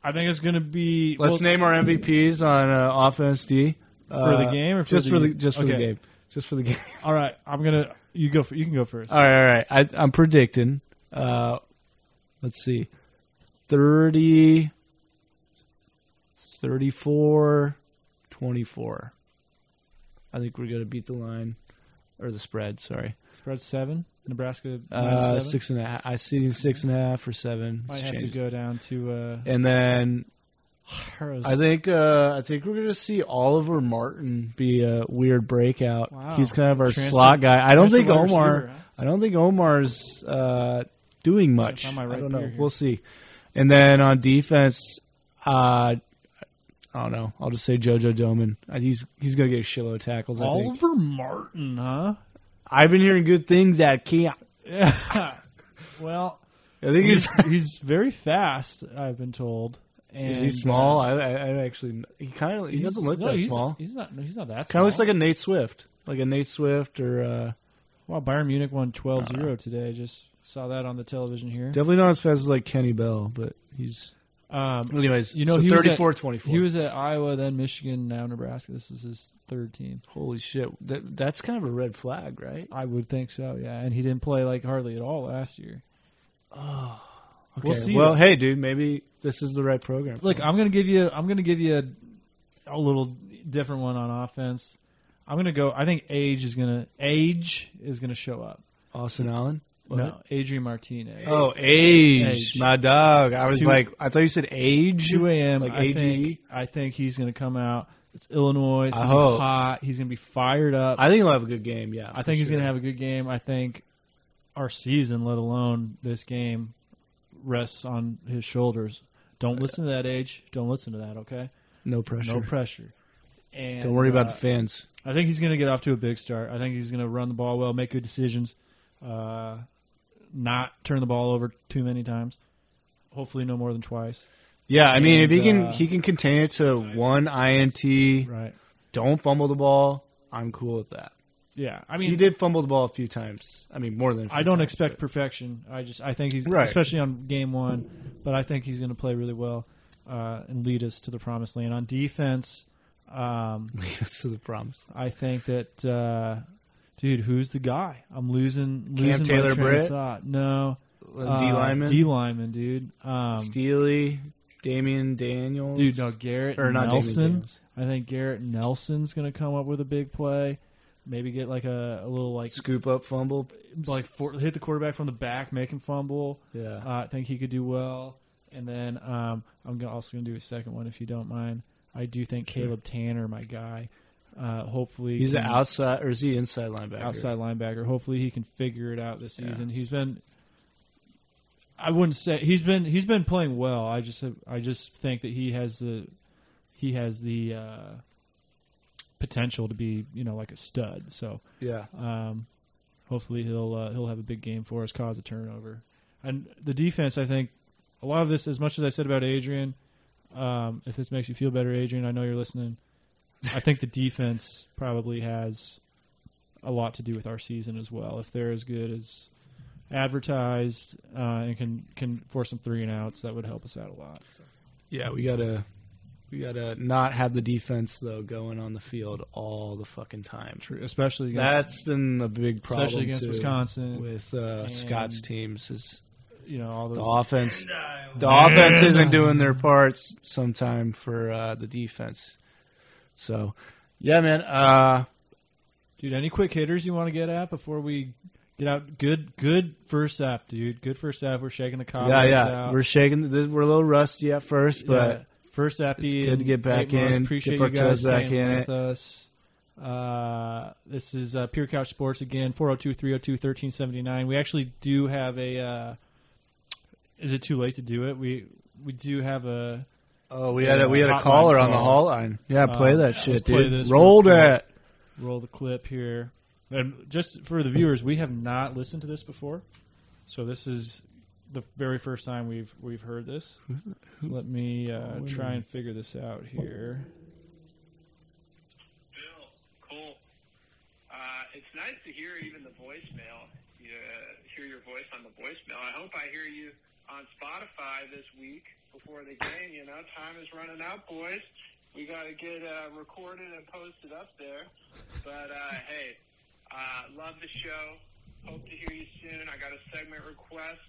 I think it's going to be
Let's
well,
name our MVPs on uh, offense D Uh,
For the game or for
just
the-
for the just for the
okay.
game. Just for the game.
All right, I'm gonna you go. For, you can go first.
All right, all right. I, I'm predicting. Uh, let's see, 30, 34, 24. I think we're gonna beat the line or the spread. Sorry,
Spread seven. Nebraska minus
uh,
seven.
six and a half. I see six and a half or seven.
Might
It's
have to
changed.
go down to. Uh,
And then
Harrow's-
I think uh, I think we're gonna see Oliver Martin be a weird breakout.
Wow.
He's kind of our
Transfer-
slot guy. I don't
transfer
think
wide
Omar.
receiver, huh?
I don't think Omar's uh, doing much.
find my
I
right
don't know.
player here.
We'll see. And then on defense, uh, I don't know. I'll just say JoJo Doman. Uh, He's he's gonna get a shitload of tackles. I think.
Oliver Martin, huh?
I've been hearing good things that can't.
Well,
I think he's.
he's he's very fast. I've been told. And, uh,
Is he small? I, I, I actually. He kind of. He
He's-
doesn't look
no,
that
he's-
small.
He's not. no, He's not that.
Kind
small.
of looks like a Nate Swift, like a Nate Swift or. Uh,
Wow, Bayern Munich won 12-0 today. I just saw that on the television here.
Definitely not as fast as like Kenny Bell, but he's.
Um,
Anyways,
you know,
so
he was at-
34 24.
he was at Iowa, then Michigan, now Nebraska. This is his third team.
Holy shit. That, that's kind of a red flag, right?
I would think so. Yeah, and he didn't play like hardly at all last year.
Okay.
We'll see,
Ah. well,
though.
hey, dude, maybe this is the right program.
Look, I'm gonna give you. I'm gonna give you a, a little different one on offense. I'm gonna go. I think age is gonna age is gonna show up.
Austin Allen?
No, Adrian Martinez.
Oh, age,
Age.
My dog. I was
Two-
like, I thought you said age.
2 a.m.
Like
I
AGE?
think I think he's going to come out. It's Illinois. It's
I
gonna be
hope.
hot. He's going to be fired up. I,
Oh. I think he'll have a good game, yeah.
think he's going to have a good game. I think our season, let alone this game, rests on his shoulders. Don't listen to that age. Don't listen to that. Okay,
No pressure.
no pressure. And
Don't worry about
uh,
the fans.
I think he's going to get off to a big start. I think he's going to run the ball well, make good decisions, uh, not turn the ball over too many times. Hopefully, no more than twice.
Yeah, I mean, if he
and,
can
uh,
he can contain it to one INT,
Right.
don't fumble the ball, I'm cool with that.
Yeah. I mean,
He did fumble the ball a few times. I mean, more than a few
I don't
times,
expect perfection. I just I think he's
Right.
especially on game one, but I think he's going to play really well uh, and lead us to the promised land. On defense, um,
but- That's the promise.
I think that uh, dude, who's the guy? I'm losing losing my
Taylor
train of
Britt?
thought. No,
D
uh,
lineman,
D lineman, dude. Um,
Steely, Damian Daniels,
dude, no Garrett
or not Damian
Nelson.
Daniels.
I think Garrett Nelson's going to come up with a big play. Maybe get like a, a little like
Scoop up, fumble.
like for, hit the quarterback from the back, make him fumble.
Yeah.
Uh, I think he could do well. And then um, I'm gonna, also going to do a second one if you don't mind. I do think Caleb Tanner, my guy, uh, hopefully
He's an
can-
outside, or is he inside linebacker?
outside linebacker. Hopefully he can figure it out this season. He's been I wouldn't say he's been he's been playing well. I just have, I just think that he has the he has the uh, potential to be you know like a stud. So
Yeah.
um, hopefully he'll uh, he'll have a big game for us, cause a turnover. And the defense, I think, a lot of this, as much as I said about Adrian, um, if this makes you feel better, Adrian, I know you're listening. I think the defense probably has a lot to do with our season as well. If they're as good as advertised uh, and can can force some three and outs, that would help us out a lot. So.
Yeah, we gotta we gotta not have the defense though going on the field all the fucking time.
True, especially against
That's been a big problem,
especially against
too,
Wisconsin.
with uh,
And-
Scott's teams. Is
you know all those
the offense the
Man.
offense
uh,
isn't doing their parts sometime for uh, the defense. So, yeah, man. Uh,
Dude, any quick hitters you want to get at before we get out? Good, good first half, dude. Good first half. We're shaking the cobwebs
yeah, yeah.
out.
We're shaking. th- We're a little rusty at first, but
Yeah. first half.
it's good to get back in,
Appreciate
dip our
you guys
toes back
staying
in
with
it.
us. Uh, this is uh, Pure Couch Sports again. 402-302-1379. We actually do have a. Uh, is it too late to do it? We we do have a.
oh, we
Yeah,
had a, we had a
hotline
caller on the
call.
hall line. Yeah, play
Uh,
that
let's
shit,
play
dude.
this real
Roll
quick.
that.
roll the clip here. And just for the viewers, we have not listened to this before, so this is the very first time we've we've heard this. Let me uh, try and figure this out here.
Bill, cool. Uh, it's nice to hear even the voicemail. You uh, hear your voice on the voicemail. I hope I hear you on Spotify this week before the game. You know, time is running out, boys. We got to get uh, recorded and posted up there. But uh, hey, uh, love the show. Hope to hear you soon. I got a segment request.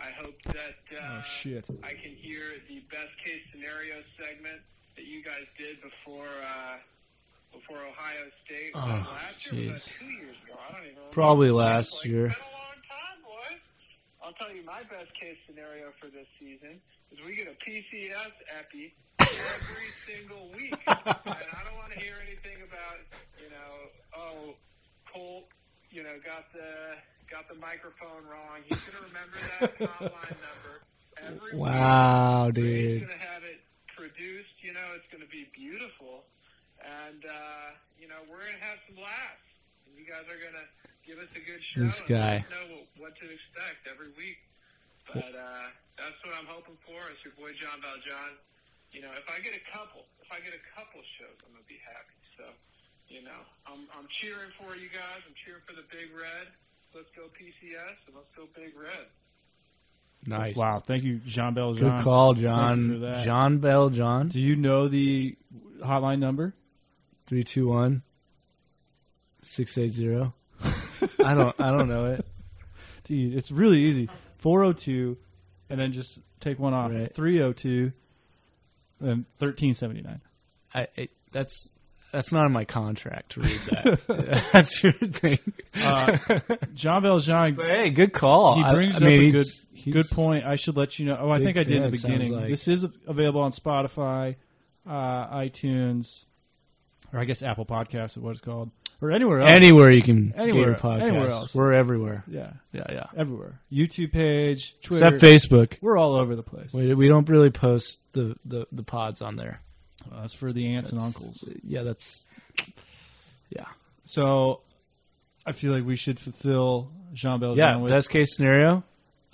I hope that uh,
Oh shit!
I can hear the best case scenario segment that you guys did before uh, before Ohio State. Was that
Oh,
last year, or was that
jeez.
two years ago? I don't even remember.
Probably
It's
last
like,
year.
It's been a long time, boys. I'll tell you my best case scenario for this season is we get a PCS epi every single week, and I don't want to hear anything about you know oh Colt you know got the got the microphone wrong. He's gonna remember that hotline number every week.
Wow,
Ray's
dude.
going to have it produced. You know, it's going to be beautiful. And, uh, you know, we're going to have some laughs. And you guys are going to give us a good show.
This
and let
guy.
us know what, what to expect every week. But uh, that's what I'm hoping for. It's your boy, John Valjean. You know, if I get a couple, if I get a couple shows, I'm going to be happy. So, you know, I'm, I'm cheering for you guys. I'm cheering for the Big Red. Let's go PCS and let's go Big Red.
Nice.
Wow, thank you, Jean Bell.
Good call,
Thank you
John.
for that.
John Bell, John.
Do you know the hotline number?
Three, two, one. Six eight zero. I don't. I don't know it.
Dude, it's really easy. 402, and then just take one off.
Right.
302, and 1379.
I. It, that's. That's not in my contract to read that. that's your thing.
Jean Valjean.
but hey, good call.
Uh, He
I-
brings
I
up
mean,
a good,
he's- he's-
good point. I should let you know. Oh, I
Big
think I did in the
fan, it sounds
beginning.
like.
This is available on Spotify, uh, iTunes, or I guess Apple Podcasts is what it's called, or anywhere else.
Anywhere you can get
Anywhere-
your podcast.
anywhere else.
We're everywhere.
yeah,
Yeah, yeah.
everywhere. YouTube page, Twitter.
Except Facebook.
We're all over the place.
We, we don't really post the, the, the pods on there.
Well, that's for the aunts and uncles.
Yeah, that's. Yeah.
So I feel like we should fulfill Jean Valjean.
Yeah,
with,
best case scenario.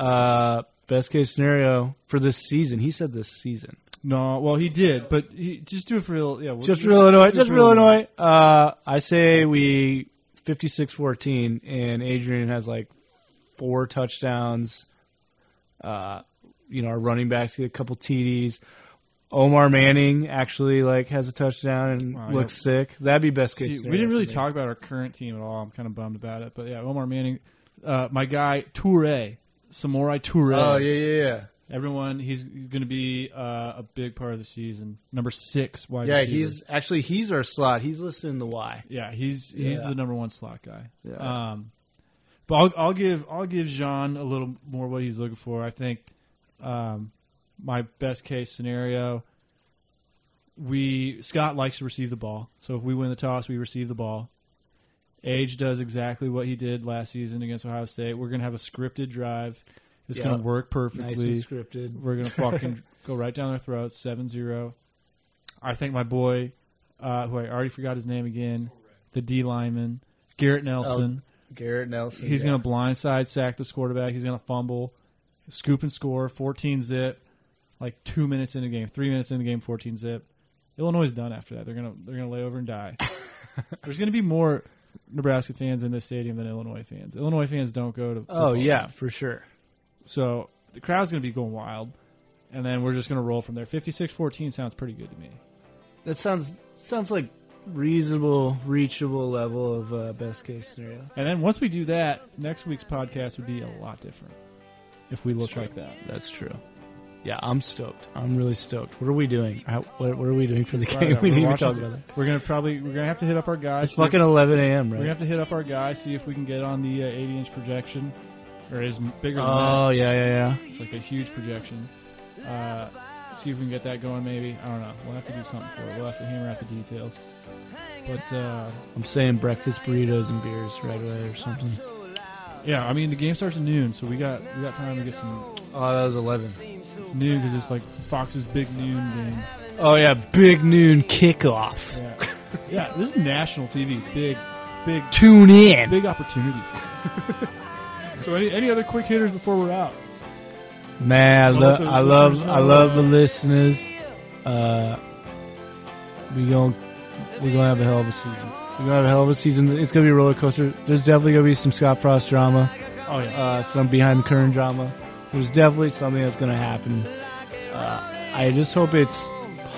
Uh, best case scenario for this season. He said this season.
no. Well, he did, but he, just do it for real. Yeah, we'll
Just
do
for Illinois.
do it
Just
for
for Illinois. Uh, I say we 56-14, and Adrian has like four touchdowns. Uh, you know, our running backs get a couple TDs. Omar Manning actually like has a touchdown and
Wow,
looks sick. That'd be best case.
See, we
scenario
didn't really
for me.
talk about our current team at all. I'm kind of bummed about it. But yeah, Omar Manning, uh, my guy Toure, Samurai Toure.
Oh yeah, yeah, yeah.
Everyone, he's going to be uh, a big part of the season. Number six wide
Yeah,
receiver.
he's actually he's our slot. He's listed in the Y. Uh,
Yeah, he's he's
Yeah.
the number one slot guy.
Yeah.
Um, but I'll, I'll give I'll give Jean a little more what he's looking for. I think um, my best case scenario, we Scott likes to receive the ball, so if we win the toss, we receive the ball. Age does exactly what he did last season against Ohio State. We're gonna have a scripted drive. It's
Yeah.
gonna work perfectly.
Nice and scripted.
We're gonna fucking go right down their throats, 7-0. I think my boy, uh, who I already forgot his name again, the D lineman, Garrett
Oh,
Nelson.
Garrett Nelson.
he's
yeah.
gonna blindside sack this quarterback. He's gonna fumble, scoop and score, fourteen zip. Like two minutes in the game, three minutes in the game, fourteen zip. Illinois is done after that. They're gonna they're gonna lay over and die. There's gonna be more Nebraska fans in this stadium than Illinois fans. Illinois fans don't go to.
Oh
football
yeah,
games.
for sure.
So the crowd's going to be going wild, and then we're just going to roll from there. 56-14 sounds pretty good to me.
That sounds sounds like reasonable, reachable level of uh, best case scenario.
And then once we do that, next week's podcast would be a lot different if we look like that.
That's true. Yeah, I'm stoked. I'm really stoked. What are we doing? How, what, what are we doing for the game?
Right,
we
we're
didn't even
watching-
talk about that.
We're going to probably we're going to have to hit up our guys.
It's fucking 11 a.m.
we're going to
Right?
have to hit up our guys see if we can get on the uh, 80-inch projection or is bigger than
Oh
that.
yeah, yeah, yeah.
It's like a huge projection. Uh, see if we can get that going maybe. I don't know. We'll have to do something for it. We'll have to hammer out the details. But uh
I'm saying breakfast burritos and beers right away or something.
Yeah, I mean the game starts at noon, so we got we got time to get some.
Oh, that was 11.
It's noon because it's like Fox's big noon game.
Oh yeah, big noon kickoff.
Yeah, yeah. This is national TV. Big, big,
Tune in.
big opportunity. For them. so any any other quick hitters before we're out?
Man, I,
Well, let
lo-
the
I love,
listeners
I
know,
love
uh,
the listeners. Uh, we gonna, we gonna have a hell of a season. We gonna have a hell of a season. It's gonna be a roller coaster. There's definitely gonna be some Scott Frost drama.
Oh yeah.
uh, some behind the curtain drama. There's definitely something that's going to happen. Uh, I just hope it's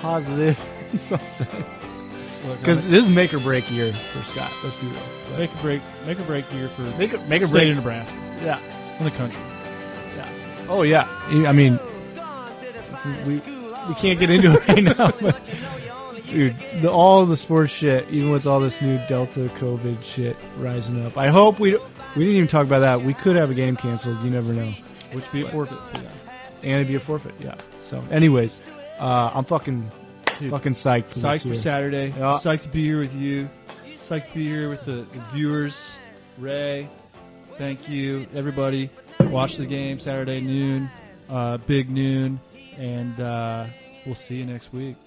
positive in some sense.
Look,
Because
I'm
this is make or break year for Scott. Let's be real.
gonna make a break, make a break year for
Make a- make a
state
break.
in Nebraska
yeah.
in the country.
Yeah. Oh, yeah. I mean, we, we can't get into it right now. But, dude, the, all the sports shit, even with all this new Delta COVID shit rising up. I hope we, we didn't even talk about that. We could have a game canceled. You never know.
Which be a forfeit. Yeah.
and it'd be a forfeit. Yeah. So, anyways, uh, I'm fucking
Dude.
fucking psyched for
Psyched
this
for
year.
Saturday.
Yeah.
Psyched to be here with you. Psyched to be here with the, the viewers. Ray, thank you, everybody. Watch the game Saturday noon, uh, big noon, and uh, we'll see you next week.